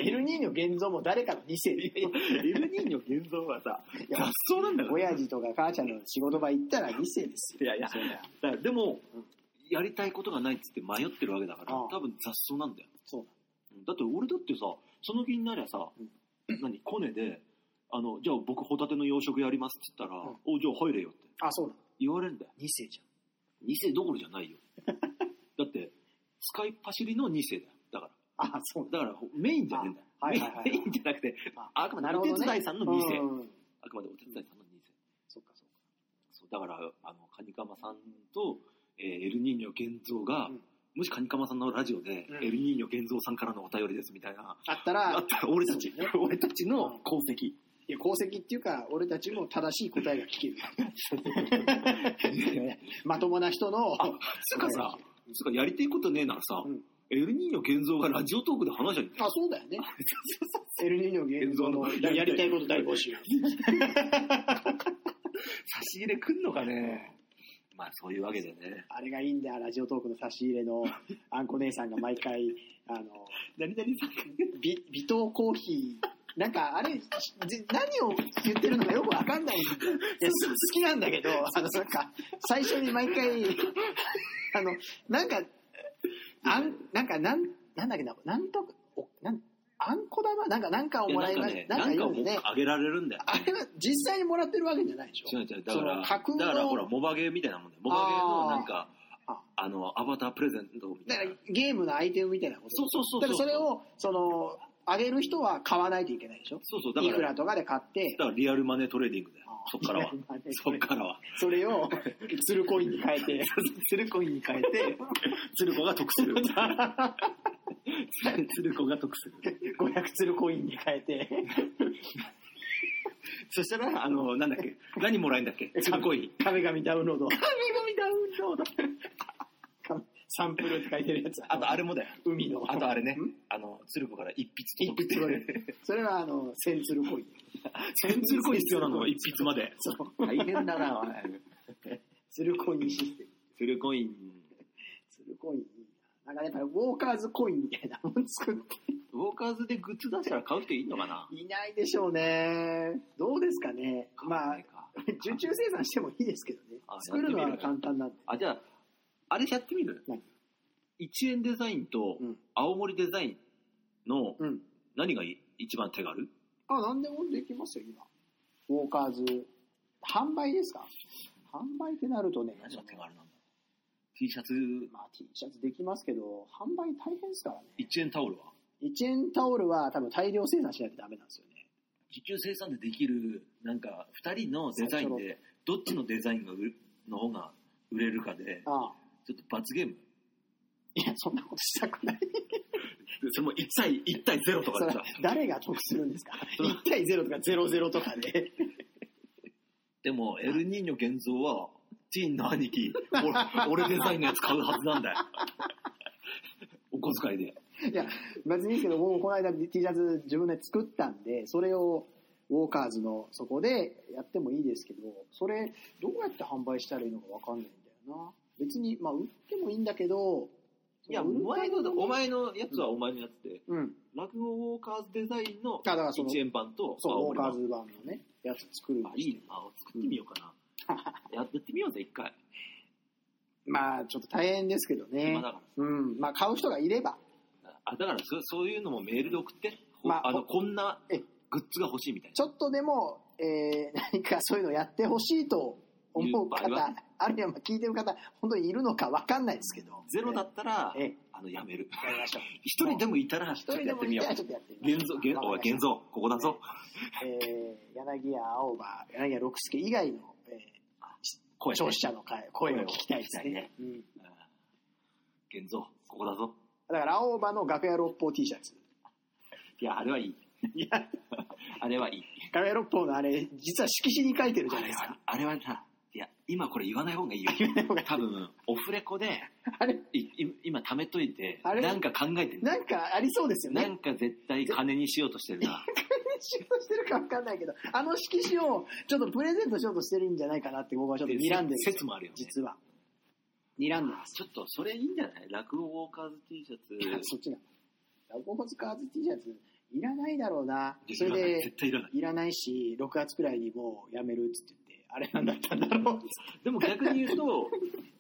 [SPEAKER 2] エルニーニョ現像も誰かの2世で。
[SPEAKER 3] エルニーニョ現像はさ、雑草なんだから。
[SPEAKER 2] 親父とか母ちゃんの仕事場行ったら2世ですよ。
[SPEAKER 3] いやいや
[SPEAKER 2] そりゃ
[SPEAKER 3] だからでも
[SPEAKER 2] うん、
[SPEAKER 3] やりたいことがないっつって迷ってるわけだから、
[SPEAKER 2] ああ
[SPEAKER 3] 多分雑草なんだよ。
[SPEAKER 2] そう
[SPEAKER 3] だって俺だってさ、その気になりゃさ、何、コネで、あの、じゃあ僕ホタテの養殖やりますっつったら、
[SPEAKER 2] うん
[SPEAKER 3] お、じゃあ入れよって
[SPEAKER 2] だ。あ、そうだ。
[SPEAKER 3] 言われるんだよ。
[SPEAKER 2] 2世じ
[SPEAKER 3] 2世どころじゃないよ。 (laughs) だって、使いっ走りの2世だよ。だから。
[SPEAKER 2] ゃん。あ、そうだ。
[SPEAKER 3] だからメインじゃねえんだよ。
[SPEAKER 2] あはいはいはい
[SPEAKER 3] メインメインじゃなくて、
[SPEAKER 2] あ
[SPEAKER 3] あくまでお手伝いさんの2世。
[SPEAKER 2] うん
[SPEAKER 3] あくまでお手伝いさんの2世。
[SPEAKER 2] そっかそっか。
[SPEAKER 3] そうだから、あの、カニカマさんと、えーエルニーニョ現像が、
[SPEAKER 2] うん
[SPEAKER 3] もしカニカマさんのラジオで、
[SPEAKER 2] うん
[SPEAKER 3] エルニーニョ現像さんからのお便りですみたいな、
[SPEAKER 2] あった
[SPEAKER 3] あ
[SPEAKER 2] ら
[SPEAKER 3] っ、たら俺たち、
[SPEAKER 2] そうね
[SPEAKER 3] (laughs) 俺たちの功績。
[SPEAKER 2] いや功績っていうか、俺たちも正しい答えが聞 (laughs) ける。まともな人の、
[SPEAKER 3] あ、つうかさ、つうかやりたいことねえならさ、
[SPEAKER 2] うん
[SPEAKER 3] エルニーニョ現像がラジオトークで話しゃいいんだよ
[SPEAKER 2] あ、そうだよね。エルニーニョ現像の
[SPEAKER 3] 現像の
[SPEAKER 2] やりたいこと大募集。
[SPEAKER 3] 差し入れくんのかね。まあそういうわけでね。
[SPEAKER 2] あれがいいんだよ、ラジオトークの差し入れの、あんこ姉さんが毎回、あの、
[SPEAKER 3] 何々さん
[SPEAKER 2] び微糖コーヒー、なんかあれ、ぜ何を言ってるのかよくわかん
[SPEAKER 3] (laughs)
[SPEAKER 2] ないんだよいやす好きなんだけど、あの、なんか、最初に毎回、あの、なんか、あん、なんか、なん、なんだっけな、なんとか、おなんあんこ玉なんか、なんかをもらいま
[SPEAKER 3] いや
[SPEAKER 2] し
[SPEAKER 3] なんか
[SPEAKER 2] なんか言
[SPEAKER 3] ね、なんかを
[SPEAKER 2] うのね。
[SPEAKER 3] あげられるんだよ。
[SPEAKER 2] あれは実際にもらってるわけじゃないでし
[SPEAKER 3] 違う
[SPEAKER 2] ょ。
[SPEAKER 3] 違う、だから、
[SPEAKER 2] その架空の
[SPEAKER 3] だからほら、モバゲーみたいなもんだよ。モバゲーのなんか、
[SPEAKER 2] あ
[SPEAKER 3] あの、アバタープレゼントみ
[SPEAKER 2] だ
[SPEAKER 3] た
[SPEAKER 2] か
[SPEAKER 3] い
[SPEAKER 2] ら
[SPEAKER 3] な。
[SPEAKER 2] ゲームのアイテムみたいなこと。
[SPEAKER 3] そうそうそう。
[SPEAKER 2] だからそれ、を、その、あげる人は買わないといけないでしょ。
[SPEAKER 3] そうそう、だ
[SPEAKER 2] い
[SPEAKER 3] か
[SPEAKER 2] く
[SPEAKER 3] ら、
[SPEAKER 2] ら
[SPEAKER 3] だ
[SPEAKER 2] とかで買って、
[SPEAKER 3] からリアルマネートレーディングだよ
[SPEAKER 2] あ。ー
[SPEAKER 3] そっからは
[SPEAKER 2] リアルマネートレーディン。
[SPEAKER 3] そ
[SPEAKER 2] グ
[SPEAKER 3] っからは。
[SPEAKER 2] それを、ツルコインに変えて、ツルコインに変え (laughs) て、
[SPEAKER 3] 鶴子が得する。鶴子が得する。
[SPEAKER 2] 500ツルコインに変えて、
[SPEAKER 3] そしたら、あの、なんだっけ、何もらえんだっけ、鶴子い。
[SPEAKER 2] 壁紙ダウンロード。壁紙ダウンロードサンプルって書いてるやつ。
[SPEAKER 3] あと、あれもだよ。
[SPEAKER 2] 海の。
[SPEAKER 3] あとあれね
[SPEAKER 2] ん、
[SPEAKER 3] あの、鶴子から一筆
[SPEAKER 2] 一
[SPEAKER 3] 届く。
[SPEAKER 2] 筆
[SPEAKER 3] (laughs)
[SPEAKER 2] 取れそれは、あの、千ツルコイン。
[SPEAKER 3] 千鶴子必要なの、一筆まで。
[SPEAKER 2] そう。
[SPEAKER 3] 大変だな、おい。
[SPEAKER 2] ツルコインシステム。
[SPEAKER 3] 鶴コイン。
[SPEAKER 2] ツルコインいいな。なんかやっぱ、ウォーカーズコインみたいなもん作って。
[SPEAKER 3] ウォーカーズでグッズ出したら買う人いいのかない
[SPEAKER 2] ないでしょうね。どうですかね。まあ
[SPEAKER 3] 買わない、か
[SPEAKER 2] 受注生産してもいいですけどね
[SPEAKER 3] あ。
[SPEAKER 2] 作るの
[SPEAKER 3] やって
[SPEAKER 2] は
[SPEAKER 3] み
[SPEAKER 2] 簡
[SPEAKER 3] る
[SPEAKER 2] 単なんで。
[SPEAKER 3] あ、じゃあ、あれやってみる
[SPEAKER 2] 何
[SPEAKER 3] 一円デザインと
[SPEAKER 2] うん
[SPEAKER 3] 青森デザインの
[SPEAKER 2] うん。
[SPEAKER 3] 何がい一番手軽
[SPEAKER 2] あ、何でもできますよ、今。ウォーカーズ。販売ですか販売ってなるとね、
[SPEAKER 3] 何が手軽なんだ ?T シャツ、
[SPEAKER 2] まあ T シャツできますけど、販売大変ですからね。
[SPEAKER 3] 一円タオルは
[SPEAKER 2] 1円タオルは多分大量生産しないとダメなんですよね。
[SPEAKER 3] 受注生産でできる、なんか、二人のデザイン
[SPEAKER 2] 最
[SPEAKER 3] で、どっちのデザインが売るの方が売れるかで、
[SPEAKER 2] ああ。
[SPEAKER 3] ちょっと罰ゲーム。
[SPEAKER 2] いや、そんなことしたくない。
[SPEAKER 3] (laughs) それも1対、一対0と
[SPEAKER 2] そ
[SPEAKER 3] か
[SPEAKER 2] れ
[SPEAKER 3] で
[SPEAKER 2] は
[SPEAKER 3] さ。
[SPEAKER 2] 誰が得するん
[SPEAKER 3] (laughs)
[SPEAKER 2] ですか
[SPEAKER 3] それ
[SPEAKER 2] ?1 対0とか00とかで。
[SPEAKER 3] でも、エルニーニョ現像は、ティーンの兄貴、 (laughs) 俺俺デザインのやつ買うはずなん (laughs) だよ。お小遣いで。
[SPEAKER 2] (laughs) いや、別にいいですけど、僕もこの間 T シャツ自分で作ったんで、それをウォーカーズのそこでやってもいいですけど、それどうやって販売したらいいのかわかんないんだよな。別に、まあ売ってもいいんだけど、
[SPEAKER 3] いや、
[SPEAKER 2] 売る
[SPEAKER 3] お前の、お前のやつはお前のやつで、
[SPEAKER 2] うん。
[SPEAKER 3] 落語ウォーカーズデザインの
[SPEAKER 2] あ、だからその、
[SPEAKER 3] 1円版と、
[SPEAKER 2] そう、ウォー
[SPEAKER 3] 俺
[SPEAKER 2] カー
[SPEAKER 3] 版
[SPEAKER 2] ズ版のね、やつ作るん
[SPEAKER 3] あ、
[SPEAKER 2] で
[SPEAKER 3] い
[SPEAKER 2] す
[SPEAKER 3] いね。あ、作ってみようか
[SPEAKER 2] (laughs)
[SPEAKER 3] な。ややってみようぜ、一回。
[SPEAKER 2] まあちょっと大変ですけどね
[SPEAKER 3] 暇だ。から
[SPEAKER 2] うん。まあ買う人がいれば、
[SPEAKER 3] あだからそそういうのもメールで送って、ほ
[SPEAKER 2] まあ
[SPEAKER 3] あの
[SPEAKER 2] ほ
[SPEAKER 3] こんな
[SPEAKER 2] え
[SPEAKER 3] グッズが欲しいみたいな
[SPEAKER 2] ちょっとでも、えー (laughs) 何かそういうのやってほしいと思う
[SPEAKER 3] いう場合は
[SPEAKER 2] 方、あるいはまあ聞いてる方、本当にいるのかわかんないですけど。
[SPEAKER 3] ゼロだったら、
[SPEAKER 2] ええ
[SPEAKER 3] あのや
[SPEAKER 2] (laughs)
[SPEAKER 3] める
[SPEAKER 2] やりましょう
[SPEAKER 3] 一人でもいたらち
[SPEAKER 2] 一
[SPEAKER 3] ょっ
[SPEAKER 2] 人
[SPEAKER 3] と
[SPEAKER 2] で
[SPEAKER 3] やっ
[SPEAKER 2] も
[SPEAKER 3] てみ
[SPEAKER 2] い
[SPEAKER 3] よ
[SPEAKER 2] たら
[SPEAKER 3] う
[SPEAKER 2] ちょっとやってみよう
[SPEAKER 3] 現像現おい現像ここだぞ
[SPEAKER 2] えー、柳家青葉、柳家六助以外の、えー
[SPEAKER 3] 声、
[SPEAKER 2] 消費者の声声を聞きたいです
[SPEAKER 3] 声を聞きた
[SPEAKER 2] ね
[SPEAKER 3] いね。
[SPEAKER 2] うん
[SPEAKER 3] うん現像ここだぞ
[SPEAKER 2] だから青葉の楽屋六方 T シャツ。
[SPEAKER 3] いやあれはいい
[SPEAKER 2] いや、
[SPEAKER 3] あれはいい
[SPEAKER 2] 楽屋六方のあれ、実は色紙に書いてるじゃ
[SPEAKER 3] あ
[SPEAKER 2] ない
[SPEAKER 3] れ
[SPEAKER 2] です
[SPEAKER 3] は
[SPEAKER 2] か。
[SPEAKER 3] あれはないや今これ言わない方がいいよ。多分、オフレコで、
[SPEAKER 2] (laughs) あれ、
[SPEAKER 3] いい今貯めといて、
[SPEAKER 2] あれ
[SPEAKER 3] なんか考えてる
[SPEAKER 2] なんかありそうですよ
[SPEAKER 3] な
[SPEAKER 2] ね。
[SPEAKER 3] んか絶対金にしようとしてるな。
[SPEAKER 2] 仕事してるかわかんないけど、あの色紙をちょっとプレゼントしようとしてるんじゃないかなって僕はちょっと睨んでる。
[SPEAKER 3] 説もあるよね。
[SPEAKER 2] 実は。睨んでます。
[SPEAKER 3] ちょっとそれいいんじゃない落語ウォーカーズ T シャツ。
[SPEAKER 2] そっちなの。ラブホーズカーズ T シャツいらないだろうな。そ
[SPEAKER 3] いらない
[SPEAKER 2] れで
[SPEAKER 3] 絶、対いらない。
[SPEAKER 2] いらないし、6月くらいにもうやめるっつって言って、あれなんだったんだろうっつって
[SPEAKER 3] でも逆に言
[SPEAKER 2] (laughs)
[SPEAKER 3] うと、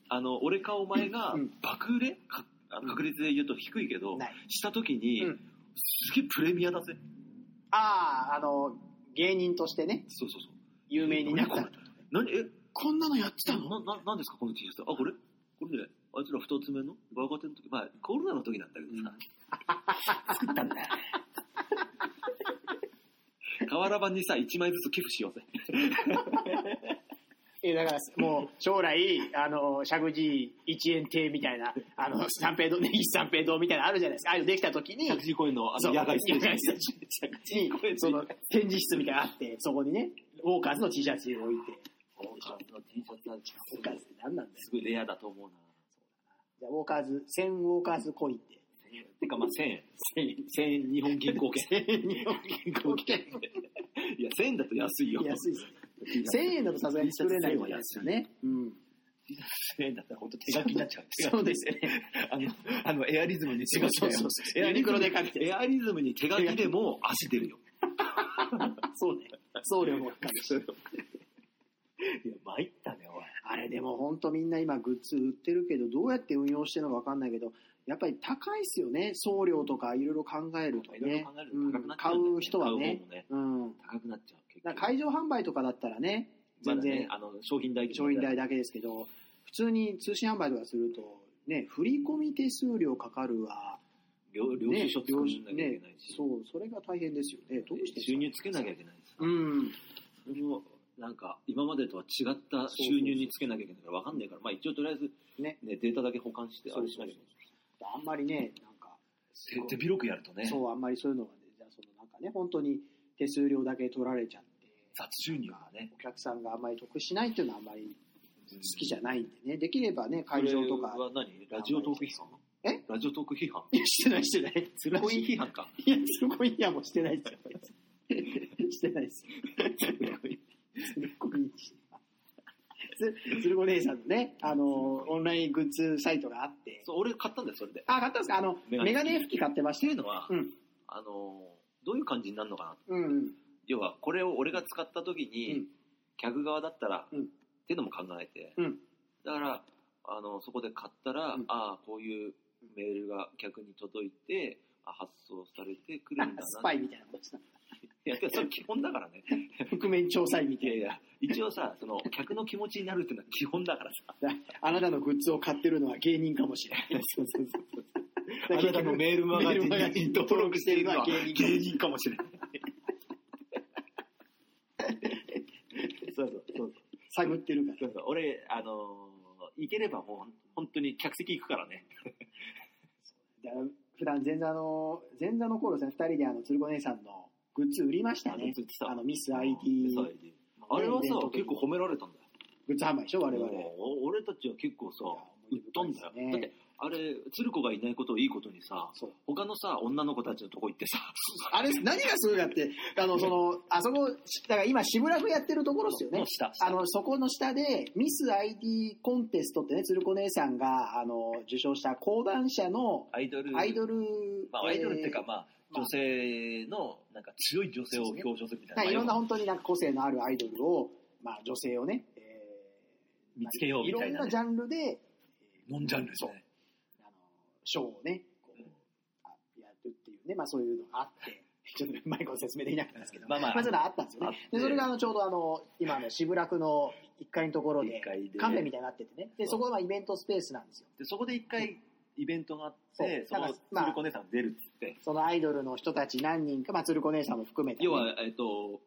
[SPEAKER 3] あの、俺かお前が
[SPEAKER 2] うん
[SPEAKER 3] 爆売れかあ確率で言うと低いけど、
[SPEAKER 2] ない
[SPEAKER 3] した時に、
[SPEAKER 2] うん
[SPEAKER 3] すげえプレミアだぜ。
[SPEAKER 2] ああ、あの、芸人としてね、
[SPEAKER 3] そうそうそう。
[SPEAKER 2] 有名になっ
[SPEAKER 3] 何
[SPEAKER 2] た
[SPEAKER 3] こ。れ何え
[SPEAKER 2] こんなのやって
[SPEAKER 3] な、な、なんですかこの T シャツ。あ、これこれね、あいつら二つ目のバーガー店の時、まあ、コロナの時なんだけど
[SPEAKER 2] (laughs)
[SPEAKER 3] さ。作ったんだ。 (laughs) 瓦版にさ、一枚ずつ寄付しようぜ。
[SPEAKER 2] え、だから、もう、将来、あの、しゃぐじ一円亭みたいな、あの、三平堂、ね、一三平堂みたいなのあるじゃないですか。ああいうのできた時に、
[SPEAKER 3] 100時公園のあの野外ステージ。
[SPEAKER 2] 野外ステーにその、展示室みたいなのあって、そこにね、ウォーカーズの T シャツを置いて、
[SPEAKER 3] ウォーカーズの T シャツなんて
[SPEAKER 2] ウォーカーズって何なんだよ。
[SPEAKER 3] すごいレアだと思うな。
[SPEAKER 2] じゃあ、ウォーカーズ、1000ウォーカーズコインって。
[SPEAKER 3] てかまあ1000円。
[SPEAKER 2] 1000円。
[SPEAKER 3] 1000円日本銀
[SPEAKER 2] (laughs)
[SPEAKER 3] 行券。
[SPEAKER 2] 日本銀行券。
[SPEAKER 3] いや、1000円だと安いよ。
[SPEAKER 2] 安いですね。1000円
[SPEAKER 3] (laughs)
[SPEAKER 2] だとさすがに作れないわけですよね。うん。
[SPEAKER 4] 1000円だったら本当手書きになっちゃう。
[SPEAKER 2] そうですよね。
[SPEAKER 4] あ
[SPEAKER 3] (laughs)
[SPEAKER 4] の、あの、エアリズムに手書きだよ。
[SPEAKER 2] そうそうそう
[SPEAKER 4] エアリズム
[SPEAKER 2] で書い
[SPEAKER 3] エアリズムに手書きでも足出るよ。
[SPEAKER 2] そうね。送料もかかるし。
[SPEAKER 4] いや参ったね、おい。
[SPEAKER 2] あれでも本当みんな今グッズ売ってるけど、どうやって運用してるのかわかんないけど、やっぱり高いですよね。送料とかいろいろ考えると
[SPEAKER 3] いろい
[SPEAKER 2] ね
[SPEAKER 3] ろ考える。
[SPEAKER 2] うん
[SPEAKER 3] と高くなっちゃ
[SPEAKER 2] 買
[SPEAKER 3] うんだよね
[SPEAKER 2] う人は
[SPEAKER 3] 買う
[SPEAKER 2] ね
[SPEAKER 3] 方もね。
[SPEAKER 2] うん。
[SPEAKER 3] 高くなっちゃう。結
[SPEAKER 2] だ
[SPEAKER 3] 局
[SPEAKER 2] から会場販売とかだったらね、
[SPEAKER 3] ま
[SPEAKER 2] 全
[SPEAKER 3] だね
[SPEAKER 2] 然、
[SPEAKER 3] あの、商品代
[SPEAKER 2] 商品代だけですけど、普通に通信販売とかすると、ね、振り込み手数料かかるわ。
[SPEAKER 3] 領領
[SPEAKER 2] ね
[SPEAKER 3] 収書作んなきゃいけないし、
[SPEAKER 2] そう、それが大変ですよね。どうして
[SPEAKER 3] 収入つけなきゃいけないし、
[SPEAKER 2] うん。
[SPEAKER 3] それもなんか今までとは違った収入につけなきゃいけないから分かんないから、まあ一応とりあえず、
[SPEAKER 2] ね
[SPEAKER 3] ねデータだけ保管してあれしなきゃいけない。
[SPEAKER 2] あんまりね、なんか、すごい
[SPEAKER 4] 手広くやるとね、
[SPEAKER 2] そう、あんまりそういうのがね、じゃあそのなんかね、本当に手数料だけ取られちゃって、
[SPEAKER 4] 雑収入がね。
[SPEAKER 2] お客さんがあんまり得しないっていうのはあんまり好きじゃないんでね、できればね、会場とか
[SPEAKER 3] これ、は何ラジオトーク批判
[SPEAKER 2] え
[SPEAKER 3] ラジオトーク批判
[SPEAKER 2] いやしてないしてない。
[SPEAKER 3] つらい批判か。
[SPEAKER 2] いや、すごいやもしてないですよ。してないですよ。つるこにしつつるこ姉さんのね、あの、オンライングッズサイトがあって、
[SPEAKER 3] そう俺買ったんだよ、それで。っ
[SPEAKER 2] あ、買ったんですかあの、
[SPEAKER 3] メガ
[SPEAKER 2] メ
[SPEAKER 3] ネ
[SPEAKER 2] ガネ拭き買ってましてた
[SPEAKER 3] いう
[SPEAKER 2] よ。
[SPEAKER 3] のは、
[SPEAKER 2] うん。
[SPEAKER 3] あの、どういう感じになるのかな
[SPEAKER 2] うんうん。
[SPEAKER 3] 要は、これを俺が使った時
[SPEAKER 2] う
[SPEAKER 3] に
[SPEAKER 2] ん、
[SPEAKER 3] 客側だったら、
[SPEAKER 2] うん
[SPEAKER 3] っていうのも考えて、
[SPEAKER 2] うん
[SPEAKER 3] だから、あの、そこで買ったら、
[SPEAKER 2] うん
[SPEAKER 3] ああ、こういうメールが客に届いて、あ発送されてくるんだな。
[SPEAKER 2] スパイみたいなことした。
[SPEAKER 3] いや、いやそれ基本だからね。
[SPEAKER 2] 覆面調査員み
[SPEAKER 3] い
[SPEAKER 2] た
[SPEAKER 3] や
[SPEAKER 2] い
[SPEAKER 3] いや、一応さ、その、客の気持ちになるっていうのは基本だからさ。
[SPEAKER 2] な。あなたのグッズを買ってるのは芸人かもしれない。そうそうそう。
[SPEAKER 4] あなたのメールマガジ
[SPEAKER 2] メールマガジン
[SPEAKER 4] ン
[SPEAKER 2] に
[SPEAKER 4] に
[SPEAKER 2] 登
[SPEAKER 4] 登
[SPEAKER 2] 録
[SPEAKER 4] 録
[SPEAKER 2] し
[SPEAKER 4] してて
[SPEAKER 2] い
[SPEAKER 4] い
[SPEAKER 2] る
[SPEAKER 4] る
[SPEAKER 2] の
[SPEAKER 4] の
[SPEAKER 2] は
[SPEAKER 4] は
[SPEAKER 2] 芸
[SPEAKER 4] 芸
[SPEAKER 2] 人
[SPEAKER 4] 人かもしれない。
[SPEAKER 3] そうそうそう。
[SPEAKER 2] 探ってるから。
[SPEAKER 3] 俺、あのー行ければもう、本当に客席行くからね。
[SPEAKER 2] だから普段前座の、前座の頃ですね、二人であの、鶴子姉さんのグッズ売りましたね
[SPEAKER 3] あ。の実は
[SPEAKER 2] あの、ミス ID
[SPEAKER 3] そう
[SPEAKER 2] のね
[SPEAKER 3] ID あれは
[SPEAKER 2] イベン
[SPEAKER 3] さ
[SPEAKER 2] ト、とか
[SPEAKER 3] 結構褒められたんだよ。
[SPEAKER 2] グッズ販売でしょ、我々。
[SPEAKER 3] お俺たちは結構さ、売ったんだよ。
[SPEAKER 2] ね
[SPEAKER 3] だって、あれ、鶴子がいないことをいいことにさ、
[SPEAKER 2] そう。
[SPEAKER 3] 他のさ、女の子たちのとこ行ってさ、
[SPEAKER 2] あれ、何がすごいかって、あの、その、あそこ、だから今、渋楽やってるところですよね
[SPEAKER 3] もう。した。
[SPEAKER 2] あの、そこの下で、ミス ID コンテストってね、鶴子姉さんが、あの、受賞した講談社の
[SPEAKER 3] アイドル、
[SPEAKER 2] アイドル、
[SPEAKER 3] まあ、アイドルっていうか、まあ、
[SPEAKER 2] まあ
[SPEAKER 3] 女性の、なんか強い女性を表彰するみたい
[SPEAKER 2] ま
[SPEAKER 3] な。
[SPEAKER 2] あいろんな
[SPEAKER 3] まあ
[SPEAKER 2] 本当になんか個性のあるアイドルを、まあ女性をね、えー
[SPEAKER 4] 見つけようみたいなね
[SPEAKER 2] ろんなジャンルで、えー
[SPEAKER 4] ノンジャンルですね。
[SPEAKER 2] あの、賞をね、こう、あやるっていうね、まあそういうのがあって、 (laughs) ちょっとマイクの説明できなかったんですけど、
[SPEAKER 4] まあまあ
[SPEAKER 2] まあそういうのあったんですよね。
[SPEAKER 3] あって
[SPEAKER 2] で、それがあのちょうどあの、今の渋楽の1階のところで
[SPEAKER 3] 一階、で
[SPEAKER 2] カフェみたいになっててね、で、そこがイベントスペースなんですよ。
[SPEAKER 3] でそこで一回イベントがあっ
[SPEAKER 2] そう
[SPEAKER 3] て、その
[SPEAKER 2] だからまあ
[SPEAKER 3] 鶴子姉さん出るっつって。
[SPEAKER 2] そのアイドルの人たち何人か、まあ鶴子姉さんも含めて、
[SPEAKER 3] 要は、えっと、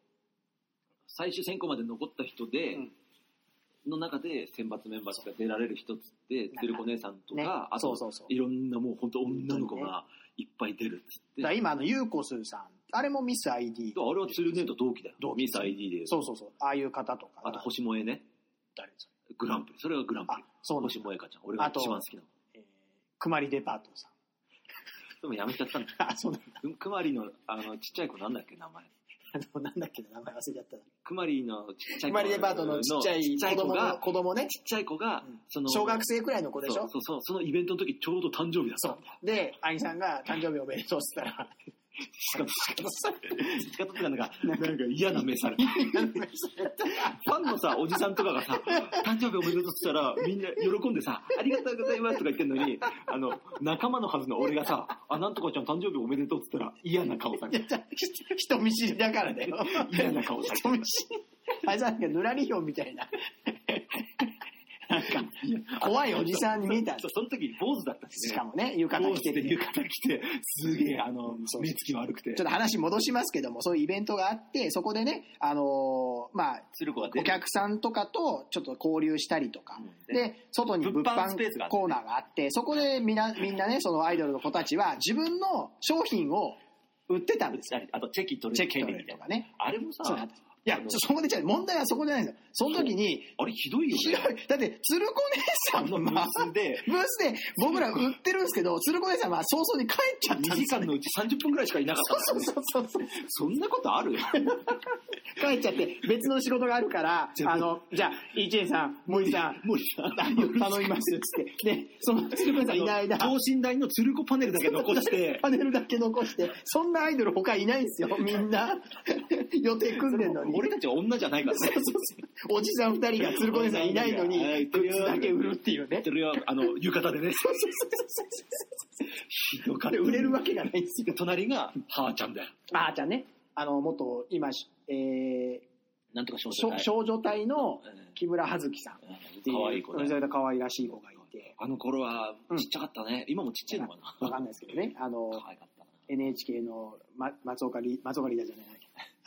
[SPEAKER 3] 最終選考まで残った人で、
[SPEAKER 2] うん
[SPEAKER 3] の中で選抜メンバーしか出られる人っつって、鶴子姉さんとか、
[SPEAKER 2] ね
[SPEAKER 3] あ
[SPEAKER 2] そ
[SPEAKER 3] と
[SPEAKER 2] うそうそう。
[SPEAKER 3] いろんなもう本当女の子がいっぱい出るっつって。
[SPEAKER 2] だから今あの、ゆうこすーさん、あれもミス ID。
[SPEAKER 3] あれは鶴姉と同期だよ。
[SPEAKER 2] 同期
[SPEAKER 3] ミス ID で。
[SPEAKER 2] そうそうそう。ああいう方とか。
[SPEAKER 3] あと星萌えね。
[SPEAKER 2] 誰です
[SPEAKER 3] グランプリ。それがグランプ
[SPEAKER 2] あ
[SPEAKER 3] リ。、
[SPEAKER 2] そうなん
[SPEAKER 3] 星
[SPEAKER 2] だ。
[SPEAKER 3] 萌香ちゃん。俺が一番好きなの。
[SPEAKER 2] えー、くまりデパートさん。
[SPEAKER 3] でもやめちゃったんだ。
[SPEAKER 2] あ、そうなんだ。
[SPEAKER 3] くくまりの、あの、ちっちゃい子なんだっけ、名前。
[SPEAKER 2] あの、なんだっけな、名前忘れちゃったな。
[SPEAKER 3] くまりのちっちゃい
[SPEAKER 2] く
[SPEAKER 3] 子
[SPEAKER 2] まりデパートのちっちゃい子
[SPEAKER 3] 子
[SPEAKER 2] 供の
[SPEAKER 3] が、
[SPEAKER 2] 子供ね。
[SPEAKER 3] ちっちゃい子が
[SPEAKER 2] うん、
[SPEAKER 3] その、
[SPEAKER 2] 小学生くらいの子でしょ
[SPEAKER 3] そうそうそう、そのイベントの時ちょうど誕生日だったんだ。
[SPEAKER 2] で、兄さんが誕生日おめでとうって言 (laughs) ったら、
[SPEAKER 3] しかも、しかもさ、しかもなんか、なんか嫌な目された。ファンのさ、おじさんとかがさ、誕生日おめでとうって言ったら、みんな喜んでさ、ありがとうございますとか言ってんのに、あの、仲間のはずの俺がさ、あ、なんとかちゃん誕生日おめでとうって言ったら、嫌な顔され
[SPEAKER 2] いや
[SPEAKER 3] て。
[SPEAKER 2] 人見知りだからだよ。
[SPEAKER 3] 嫌な顔されて
[SPEAKER 2] 人。見知り。あいつなんか、ぬらりひょんみたいな。なんか、怖いおじさんに見えたんだ
[SPEAKER 3] そうその時、坊主だったし
[SPEAKER 2] し
[SPEAKER 3] ね。
[SPEAKER 2] かもね、浴
[SPEAKER 3] 坊
[SPEAKER 2] 衣着
[SPEAKER 3] 主
[SPEAKER 2] て
[SPEAKER 3] で
[SPEAKER 2] て。
[SPEAKER 3] 浴衣着て、すげえ、あの
[SPEAKER 2] うん、そう
[SPEAKER 3] 目つき悪くて
[SPEAKER 2] ちょ。っと話戻しますけども、そういうイベントがあって、そこでね、あのーまあ、
[SPEAKER 3] 鶴子が出
[SPEAKER 2] お
[SPEAKER 3] て
[SPEAKER 2] 客さんとかとちょっと交流したりとか、
[SPEAKER 3] うん
[SPEAKER 2] で、外に物
[SPEAKER 3] 物販
[SPEAKER 2] 販
[SPEAKER 3] スペースがあって
[SPEAKER 2] コーナーがあって、そこでみんな、みんなね、そのアイドルの子たちは自分の商品を売ってたんですよ。
[SPEAKER 3] あと、チェキ取
[SPEAKER 2] チェ
[SPEAKER 3] る
[SPEAKER 2] キ
[SPEAKER 3] 権
[SPEAKER 2] 取
[SPEAKER 3] 利
[SPEAKER 2] れ
[SPEAKER 3] み
[SPEAKER 2] る
[SPEAKER 3] たい
[SPEAKER 2] と
[SPEAKER 3] な。
[SPEAKER 2] かね。
[SPEAKER 3] あれもさ
[SPEAKER 2] そうなん、ですいや、ちょそこでじゃない問題はそこじゃないんですよ。その時に、
[SPEAKER 3] あれひどいよ
[SPEAKER 2] ひどい
[SPEAKER 3] ね。。
[SPEAKER 2] だって、鶴子姉さ
[SPEAKER 3] あ
[SPEAKER 2] ん
[SPEAKER 3] の
[SPEAKER 2] の、
[SPEAKER 3] ブ
[SPEAKER 2] まあ、
[SPEAKER 3] ースで、
[SPEAKER 2] ブースで僕ら売ってるんですけど、鶴子姉さんは早々に帰っちゃった
[SPEAKER 3] 2
[SPEAKER 2] んで
[SPEAKER 3] 時
[SPEAKER 2] すよ
[SPEAKER 3] 間のうち30分ぐらいしかいなかった
[SPEAKER 2] そうそうそうそう。
[SPEAKER 3] そんなことある
[SPEAKER 2] 帰っちゃって、別の仕事があるから、あの、じゃあ、EJ さん、森さん、
[SPEAKER 3] 森さん、
[SPEAKER 2] 頼みます、つって。で、その鶴子さんいない間、
[SPEAKER 3] 等身大の鶴子パネルだけ残して、
[SPEAKER 2] パネルだけ残して、そんなアイドル他いないんですよ、 (laughs) みんな。予定組んでんのに。
[SPEAKER 3] (laughs) 俺たちは女じゃないから
[SPEAKER 2] そう
[SPEAKER 3] ね
[SPEAKER 2] そ。うそうおじさん二人が鶴子姉さんいないの
[SPEAKER 3] いや
[SPEAKER 2] に、
[SPEAKER 3] いや
[SPEAKER 2] グッズだけ売るっていう (laughs) ね
[SPEAKER 3] そ。れは、あの、浴衣でね、
[SPEAKER 2] そうそうそうそう
[SPEAKER 3] ひどかっ
[SPEAKER 2] で
[SPEAKER 3] た
[SPEAKER 2] 売れるわけがないんですよ。
[SPEAKER 3] 隣が、はーちゃんだよ。
[SPEAKER 2] あーちゃんね、あの、元、今、しえー
[SPEAKER 3] なんとか少
[SPEAKER 2] しょ
[SPEAKER 3] 女
[SPEAKER 2] 少女隊の木村葉月さんっ
[SPEAKER 3] うん
[SPEAKER 2] ていう。
[SPEAKER 3] 可愛い子だよ。
[SPEAKER 2] 可愛らしい子がいて、
[SPEAKER 3] あの頃は、ちっちゃかったね。今もちっちゃいのか
[SPEAKER 2] (laughs) わ
[SPEAKER 3] な
[SPEAKER 2] かんないですけどね、あの、
[SPEAKER 3] 可愛かったな。
[SPEAKER 2] NHK の、ま、松岡リ、松岡リーダーじゃない、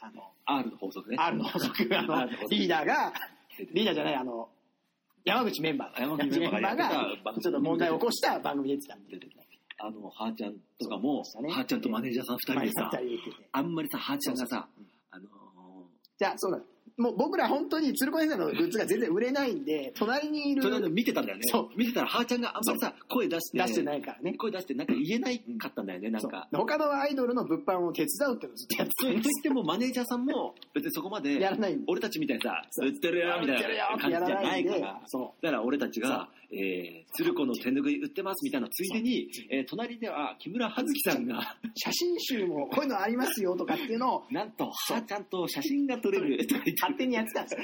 [SPEAKER 2] あの、
[SPEAKER 3] R の法則ね。
[SPEAKER 2] R の補足、あ
[SPEAKER 3] (laughs)
[SPEAKER 2] の
[SPEAKER 3] R の補、足
[SPEAKER 2] リーダーが、リーダーじゃない、あの、山口メンバー
[SPEAKER 3] 山口メンバーがやってた番組
[SPEAKER 2] ちょっと問題を起こした番組出てたんで。
[SPEAKER 3] 出てきたあの、はーちゃんとかも、
[SPEAKER 2] そうでしたね
[SPEAKER 3] はーちゃんとマネージャーさん二人で
[SPEAKER 2] ま
[SPEAKER 3] さ
[SPEAKER 2] あ、やったり言ってて
[SPEAKER 3] あんまりさ、はーちゃんがさ
[SPEAKER 2] そうそううん、
[SPEAKER 3] あのー、
[SPEAKER 2] じゃあ、そうだ。もう僕ら本当に鶴子先生のグッズが全然売れないんで、隣にいる
[SPEAKER 3] それで見てたんだよね。
[SPEAKER 2] そう
[SPEAKER 3] 見てたら、はーちゃんがあんまりさ、声出して、
[SPEAKER 2] 出してないからね。
[SPEAKER 3] 声出して、なんか言えないかったんだよね、なんか。
[SPEAKER 2] そう他のアイドルの物販を手伝うってのをずっとやって
[SPEAKER 3] そうと言 (laughs) っても、マネージャーさんも、別にそこまで
[SPEAKER 2] や、らないんで。
[SPEAKER 3] 俺たちみたいにさ、売ってるよ、みた
[SPEAKER 2] やってる
[SPEAKER 3] い
[SPEAKER 2] よ
[SPEAKER 3] な
[SPEAKER 2] って
[SPEAKER 3] 感じ
[SPEAKER 2] や
[SPEAKER 3] じゃ
[SPEAKER 2] ら
[SPEAKER 3] な
[SPEAKER 2] ない
[SPEAKER 3] い
[SPEAKER 2] ん
[SPEAKER 3] か
[SPEAKER 2] で
[SPEAKER 3] ら。、
[SPEAKER 2] そ
[SPEAKER 3] だから俺たちが、えー、鶴子の手拭い売ってますみたいなついでに、えー、隣では木村葉月さんが、
[SPEAKER 2] う。写真集もこういうのありますよとかっていうのを
[SPEAKER 3] なんと、はー (laughs) ちゃんと写真が撮れるとか言って
[SPEAKER 2] 勝手にやってたんです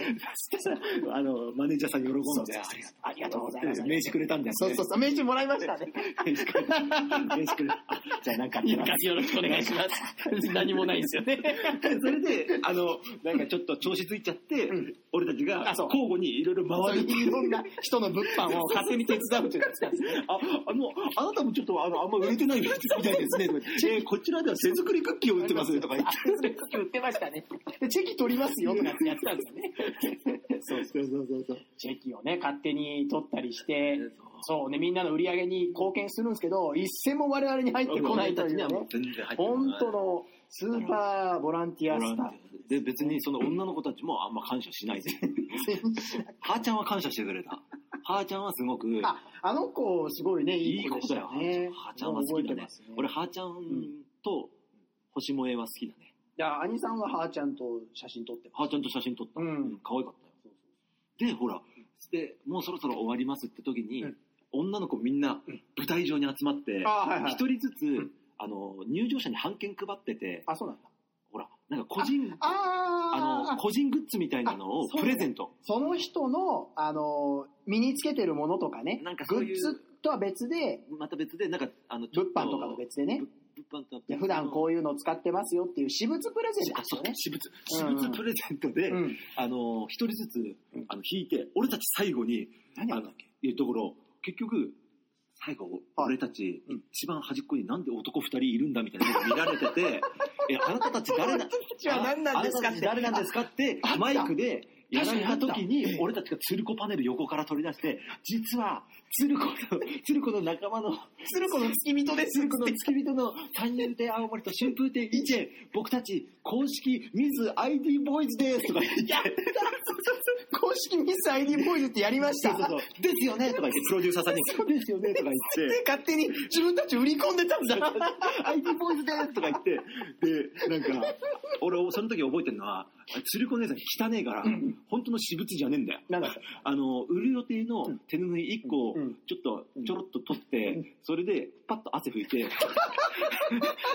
[SPEAKER 2] よね。
[SPEAKER 3] (laughs) あの、マネージャーさん喜んで、
[SPEAKER 2] そうそうそうありがとうございます
[SPEAKER 3] 名刺くれたんだよね。
[SPEAKER 2] そう
[SPEAKER 3] (laughs)
[SPEAKER 2] そうそう、名刺もらいましたね。
[SPEAKER 3] 名刺くれた。名刺くれた。あじゃあなんかあったな
[SPEAKER 2] よろしくお願いします。何もないんですよね。
[SPEAKER 3] それで、あの、なんかちょっと調子ついちゃって、
[SPEAKER 2] うん
[SPEAKER 3] 俺たちが
[SPEAKER 2] あそう
[SPEAKER 3] 交互にいろいろ
[SPEAKER 2] そう
[SPEAKER 3] 回るって
[SPEAKER 2] い
[SPEAKER 3] いう
[SPEAKER 2] ういろんな人の物販を勝手に手伝うというやつなんですよ。
[SPEAKER 3] あ、あの、あなたもちょっとあの、あんま売れてないみたいですね。
[SPEAKER 2] (laughs)
[SPEAKER 3] えーこちらでは手作りクッキーを売ってますとか言って。
[SPEAKER 2] それ売ってましたね。で、チェキ取りますよとかってやってたんですよね。
[SPEAKER 3] そうそうそうそう。
[SPEAKER 2] チェキをね、勝手に取ったりして、そうね、みんなの売り上げに貢献するんですけど、一銭も我々に入ってこないというね、
[SPEAKER 3] 全然入ってこ
[SPEAKER 2] 本
[SPEAKER 3] ない
[SPEAKER 2] 当のスーパーボランティアスタッフ。
[SPEAKER 3] で、別にその女の子たちもあんま感謝しないで。はーちゃんは感謝してくれた。はーちゃんはすごく、
[SPEAKER 2] (laughs) あ、あの子、すごいね、い
[SPEAKER 3] い
[SPEAKER 2] い
[SPEAKER 3] い
[SPEAKER 2] 子
[SPEAKER 3] 子
[SPEAKER 2] でし
[SPEAKER 3] だ
[SPEAKER 2] たよ
[SPEAKER 3] よ、はーちゃ
[SPEAKER 2] ね
[SPEAKER 3] ん。はーちゃんは好きだ
[SPEAKER 2] 覚えて
[SPEAKER 3] ね
[SPEAKER 2] ます。
[SPEAKER 3] 俺、はーちゃんと星萌えは好きだね。
[SPEAKER 2] いや、兄さんははーちゃんと写真撮ってま
[SPEAKER 3] はーちゃんと写真撮った。
[SPEAKER 2] うん
[SPEAKER 3] 可愛かったよ。で、ほら、で、もうそろそろ終わりますって時に、
[SPEAKER 2] うん
[SPEAKER 3] 女の子みんな
[SPEAKER 2] うん
[SPEAKER 3] 舞台上に集まって、一、
[SPEAKER 2] す。あ、はいはい。
[SPEAKER 3] 人ずつ、
[SPEAKER 2] ん
[SPEAKER 3] あの、入場者に半券配ってて、
[SPEAKER 2] あ、そうなんだ。
[SPEAKER 3] ほら、なんか個人、
[SPEAKER 2] あ
[SPEAKER 3] あの、個人グッズみたいなのを
[SPEAKER 2] あそう
[SPEAKER 3] プレゼント。
[SPEAKER 2] その人の、あの、身につけてるものとかね、
[SPEAKER 3] なんか
[SPEAKER 2] グ
[SPEAKER 3] そうい
[SPEAKER 2] ッ
[SPEAKER 3] う
[SPEAKER 2] ズとは別で、
[SPEAKER 3] また別で、なんか、あの、
[SPEAKER 2] 物販とかと別でね、
[SPEAKER 3] ぶ物販とは別
[SPEAKER 2] いや
[SPEAKER 3] の
[SPEAKER 2] 普段こういうのを使ってますよっていう私物プレゼント
[SPEAKER 3] あ
[SPEAKER 2] です
[SPEAKER 3] そう
[SPEAKER 2] よね。
[SPEAKER 3] 私物、
[SPEAKER 2] うんうん
[SPEAKER 3] 私物プレゼントで、
[SPEAKER 2] うん。
[SPEAKER 3] あの、一人ずつ
[SPEAKER 2] うん、
[SPEAKER 3] あの、引いて、俺たち最後に、
[SPEAKER 2] 何
[SPEAKER 3] あ
[SPEAKER 2] や
[SPEAKER 3] の
[SPEAKER 2] ったっけ
[SPEAKER 3] いうところ、結局、最後、
[SPEAKER 2] はい
[SPEAKER 3] 俺たち
[SPEAKER 2] うん、
[SPEAKER 3] 一番端っこになんで男二人いるんだみたいなの見られて
[SPEAKER 2] (laughs)
[SPEAKER 3] て、え、あなたたち誰だ
[SPEAKER 2] 私は何なんですか
[SPEAKER 3] あ
[SPEAKER 2] っ
[SPEAKER 3] なたたち
[SPEAKER 2] て。
[SPEAKER 3] 誰なんですかって
[SPEAKER 2] ああっ、た
[SPEAKER 3] マイクでやられた
[SPEAKER 4] 確か
[SPEAKER 3] 時
[SPEAKER 4] にあった
[SPEAKER 3] に、俺たちが鶴子パネル横から取り出して、実は、鶴子の、鶴子の仲間の、
[SPEAKER 2] 鶴子の月人です。
[SPEAKER 3] 鶴子の付き人の三年亭青森と春風亭一円、僕たち公式ミズ ID ボーイズですとか言って、
[SPEAKER 2] 公式ミス ID ボーイズってやりました。
[SPEAKER 3] そうそうそうですよねとか言って、プロデューサーさんに、ですよねとか言って、 (laughs)
[SPEAKER 2] で勝手に自分たち売り込んでたんだ。
[SPEAKER 3] IT ボーイズですとか言って、で、なんか、俺、その時覚えてるのは、鶴子姉さん汚ねえから、本当の私物じゃねえんだよ。
[SPEAKER 2] なんだっ
[SPEAKER 3] あの、売る予定の手ぬぐい1個を
[SPEAKER 2] うん
[SPEAKER 3] ちょっと
[SPEAKER 2] うん
[SPEAKER 3] ちょろっと取って、それでパッと汗拭い
[SPEAKER 2] (laughs)
[SPEAKER 3] て、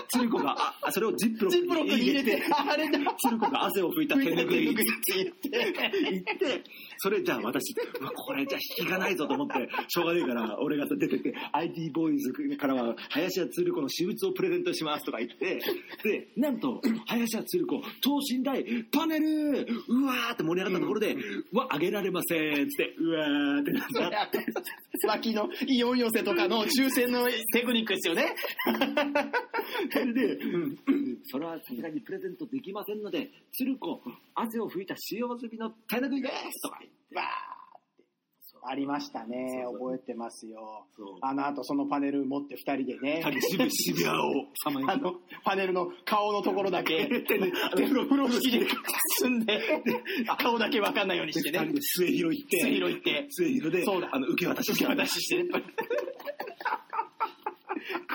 [SPEAKER 3] 鶴子が、あそれをジップロ
[SPEAKER 2] ジップロッ
[SPEAKER 3] ック
[SPEAKER 2] クに
[SPEAKER 3] に
[SPEAKER 2] 入
[SPEAKER 3] 入
[SPEAKER 2] れ
[SPEAKER 3] れ
[SPEAKER 2] て
[SPEAKER 3] て、、
[SPEAKER 2] あれだ。
[SPEAKER 3] 鶴子が汗を拭いた手ぬぐ
[SPEAKER 2] 言
[SPEAKER 3] い。
[SPEAKER 2] って。
[SPEAKER 3] それじゃあ私、うわこれじゃ引きがないぞと思って、しょうがねえから、俺が出てって、IT ボーイズからは、林家鶴子の私物をプレゼントしますとか言って、で、なんと、林家鶴子、等身大、パネルうわーって盛り上がったところで、うわ、あげられませんつって、うわーってなっちゃって
[SPEAKER 2] 脇のイオン寄せとかの抽選のテクニック (laughs) ですよね。
[SPEAKER 3] それで、それはさすがにプレゼントできませんので、鶴子、汗を拭いた使用済みの手ぬぐいですとか言って。
[SPEAKER 2] わーって。ありましたね。
[SPEAKER 3] そうそう
[SPEAKER 2] 覚えてますよ。
[SPEAKER 3] そう。
[SPEAKER 2] あの後そのパネル持って二人でね。 (laughs)
[SPEAKER 3] 渋渋谷をさま
[SPEAKER 2] あの、パネルの顔のところだ (laughs) け、
[SPEAKER 3] 手ぬ
[SPEAKER 2] で、風呂、風呂敷で包ん (laughs) で、顔だけわかんないようにして
[SPEAKER 3] 二人
[SPEAKER 2] ね。
[SPEAKER 3] で末広行って、
[SPEAKER 2] 水広行って、
[SPEAKER 3] 末広で、
[SPEAKER 2] そうだ
[SPEAKER 3] あの、受け渡し
[SPEAKER 2] 受け渡ししてね。
[SPEAKER 3] (laughs)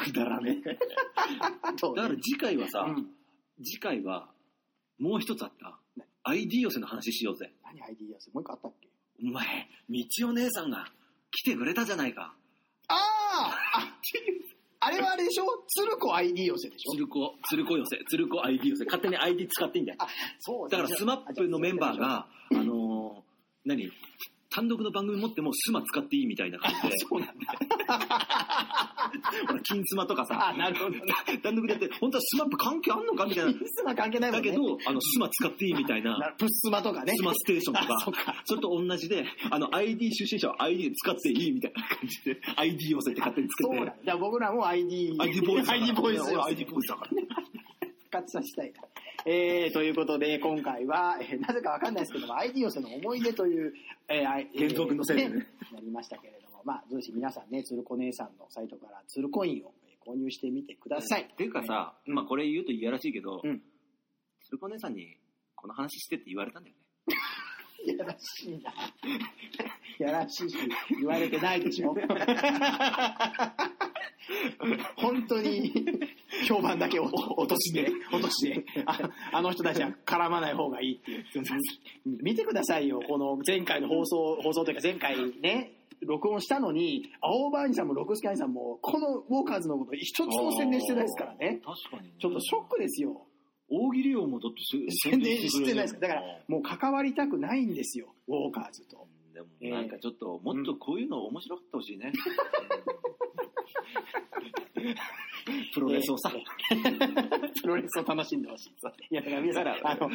[SPEAKER 3] くだらねえ。
[SPEAKER 2] そう
[SPEAKER 3] だから次回はさ、
[SPEAKER 2] うん
[SPEAKER 3] 次回は、もう一つあった
[SPEAKER 2] 何。
[SPEAKER 3] ID 寄せの話しようぜ。
[SPEAKER 2] 何 ID やつもう一個あったっけ
[SPEAKER 3] お前、みちお姉さんが来てくれたじゃないか。
[SPEAKER 2] あああれはあれでしょ鶴子 ID 寄せでしょ
[SPEAKER 3] 鶴子、鶴子寄せ、鶴子 ID 寄せ。勝手に ID 使っていいんだよ。
[SPEAKER 2] あ、そう
[SPEAKER 3] だからスマップのメンバー、が、あのー何単独の番組持ってもスマ使っていいみたいな感じで、
[SPEAKER 2] そうなんだ。
[SPEAKER 3] (laughs) ほら金スマとか
[SPEAKER 2] あ、
[SPEAKER 3] さ、
[SPEAKER 2] なるほど。
[SPEAKER 3] 単独でやって、本当はスマップ関係あんのかみたいな。
[SPEAKER 2] スマ関係ないも
[SPEAKER 3] だ
[SPEAKER 2] んね。
[SPEAKER 3] けど、あの、スマ使っていいみたいな
[SPEAKER 2] な、る、プッスマとかね。
[SPEAKER 3] スマステーションと
[SPEAKER 2] あそっ
[SPEAKER 3] か、それと同じで、あの、ID 出身者は ID で使っていいみたいな感じで、ID 寄せって勝手につけ
[SPEAKER 2] そうなん
[SPEAKER 3] て
[SPEAKER 2] だ。、じゃあ僕らも ID、
[SPEAKER 3] ID ボーイズだから。
[SPEAKER 2] ID ボーイズ
[SPEAKER 3] 俺 ID ボーイズだから。
[SPEAKER 2] 復活させたいな。えー、ということで、今回は、えーなぜかわかんないですけども、ID 寄せの思い出という、えーあい、えー
[SPEAKER 3] 原作のせいでね
[SPEAKER 2] なりましたけれども、まあ、どうし皆さんね、鶴子姉さんのサイトから鶴コインをえー購入してみてください。
[SPEAKER 3] っていうかさ、まあこれ言うといやらしいけど、
[SPEAKER 2] うん
[SPEAKER 3] 鶴子姉さんに、この話してって言われたんだよね。
[SPEAKER 2] いやらしいな。いやらしいし、言われてないでし (laughs) ょ。本当に評判だけ落として、落として、ああの人たちは絡まない方がいいっていう。見てくださいよ、この前回の放送、放送というか前回ね、録音したのに、青葉兄さんも六助兄さんも、このウォーカーズのこと一つも宣伝してないですからね。
[SPEAKER 3] 確かに、
[SPEAKER 2] ちょっとショックですよ。
[SPEAKER 3] 大喜利王もだって
[SPEAKER 2] 宣伝してないですから。だから、もう関わりたくないんですよ、ウォーカーズと。
[SPEAKER 3] でもなんかちょっと、もっとこういうの面白かったほしいね。 (laughs) プロレスをさ、 (laughs)
[SPEAKER 2] プロレスを楽しんでほしい。いや、だから皆さん、
[SPEAKER 3] だから
[SPEAKER 2] あの、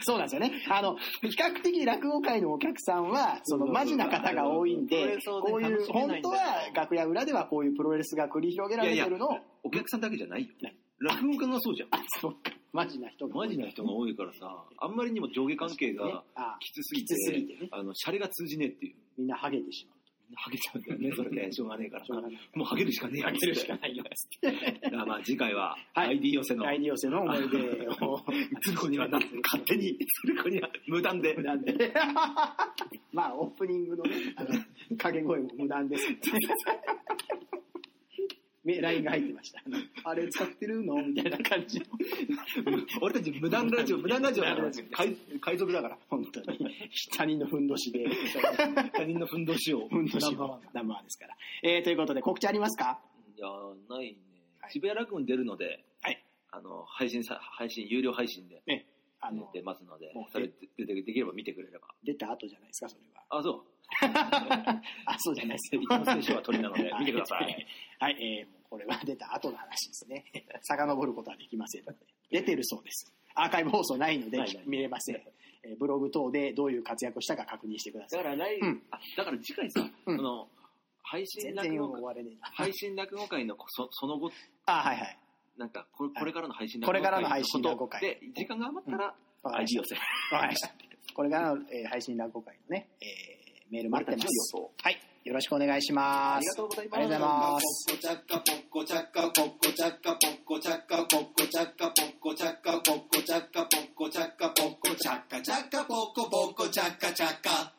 [SPEAKER 2] そうなんですよね。あの、比較的落語界のお客さんは、その、
[SPEAKER 3] そうそうそう
[SPEAKER 2] マジな方が多いん
[SPEAKER 3] プロ
[SPEAKER 2] で
[SPEAKER 3] レ、スをね
[SPEAKER 2] こういう、
[SPEAKER 3] 楽しめな
[SPEAKER 2] 本
[SPEAKER 3] いんだ
[SPEAKER 2] 当は楽屋裏ではこういうプロレスが繰り広げられてるのを、
[SPEAKER 3] お客さんだけじゃないよ
[SPEAKER 2] ない。
[SPEAKER 3] 落語家がそうじゃん。
[SPEAKER 2] あ、そうか、マジな人が多
[SPEAKER 3] マ
[SPEAKER 2] い。
[SPEAKER 3] ジな人が多いからさ、あんまりにも上下関係
[SPEAKER 2] ね
[SPEAKER 3] が
[SPEAKER 2] あ
[SPEAKER 3] きつすぎ
[SPEAKER 2] きつすぎ
[SPEAKER 3] て、
[SPEAKER 2] てね
[SPEAKER 3] あの、シャレが通じねえっていう。
[SPEAKER 2] みんなハゲてしまう。
[SPEAKER 3] ハゲちゃうんだよね、それで。しょうがねえから
[SPEAKER 2] しょうがない。
[SPEAKER 3] もうハゲるしかねえや
[SPEAKER 2] ハ
[SPEAKER 3] つ
[SPEAKER 2] ゲるしかないよ。
[SPEAKER 3] だからまあ次回は、
[SPEAKER 2] (laughs) はい
[SPEAKER 3] ID 寄せの、
[SPEAKER 2] 大寄せの思い
[SPEAKER 3] (laughs)
[SPEAKER 2] 出を。
[SPEAKER 3] 鶴子にはな、勝手に、鶴子には無断で。
[SPEAKER 2] 無断で。
[SPEAKER 3] (laughs)
[SPEAKER 2] まあ、オープニングのね、あの、掛け声も無断
[SPEAKER 3] (laughs)
[SPEAKER 2] です、ね。め LINE が入ってました。あれ使ってるのみたいな感じの。
[SPEAKER 3] 俺たち無断ラジオ、無断ラジオだから
[SPEAKER 2] 無断、
[SPEAKER 3] 海海賊だから。
[SPEAKER 2] 本当に。他人のふんどし (laughs) で。
[SPEAKER 3] 他人のふんどしを。
[SPEAKER 2] ふんどし
[SPEAKER 3] ナンバーワ
[SPEAKER 2] の
[SPEAKER 3] ン
[SPEAKER 2] ナンバーワンですから。えー、ということで告知ありますか
[SPEAKER 3] いやーないね
[SPEAKER 2] は。い
[SPEAKER 3] 渋谷落語に出るので、
[SPEAKER 2] はい
[SPEAKER 3] あの、配信さ、配信、有料配信で
[SPEAKER 2] ね。あの、
[SPEAKER 3] 出ますので
[SPEAKER 2] もう、
[SPEAKER 3] それででできれば見てくれれば。
[SPEAKER 2] 出た後じゃないですか、それは。
[SPEAKER 3] あ、そう。
[SPEAKER 2] あ、そうじゃないですよ。
[SPEAKER 3] 一応聖書は鳥なので見てください。
[SPEAKER 2] (laughs) はい、えーもうこれは出た後の話ですね。 (laughs) 遡ることはできませんので。出てるそうです。アーカイブ放送ないので
[SPEAKER 3] ないない
[SPEAKER 2] 見れませ
[SPEAKER 3] (laughs)
[SPEAKER 2] ん。えーブログ等でどういう活躍をしたか確認してくださ
[SPEAKER 3] だ
[SPEAKER 2] い。
[SPEAKER 3] から来、
[SPEAKER 2] うん
[SPEAKER 3] あだから次回さ、
[SPEAKER 2] うん
[SPEAKER 3] その配信
[SPEAKER 2] 全
[SPEAKER 3] 落
[SPEAKER 2] 然
[SPEAKER 3] 語
[SPEAKER 2] 終
[SPEAKER 3] 会
[SPEAKER 2] われねえな。
[SPEAKER 3] 配信落語会のこそその後
[SPEAKER 2] あ、はいはい。
[SPEAKER 3] なんかこれこれからの配信
[SPEAKER 2] これからの配信落語
[SPEAKER 3] こと
[SPEAKER 2] 会
[SPEAKER 3] で時間が余ったら、
[SPEAKER 2] わかりま
[SPEAKER 3] ID
[SPEAKER 2] し
[SPEAKER 3] 寄せ。
[SPEAKER 2] た。わかりました。これが、えー配信落語会のね、えーメール待ってます。はい。よろしくお願いしま
[SPEAKER 3] ありが
[SPEAKER 2] す。
[SPEAKER 3] とうございま
[SPEAKER 2] あ
[SPEAKER 3] す。
[SPEAKER 2] りがとうございます
[SPEAKER 1] ポッコチャッカポッコチャッカポッコチャッカポッコチャッカポッコチャッカポッコチャッカポッコチャッカポッコチャッカポッコチャッカチャッカポッコポッコチャッカチャッカ。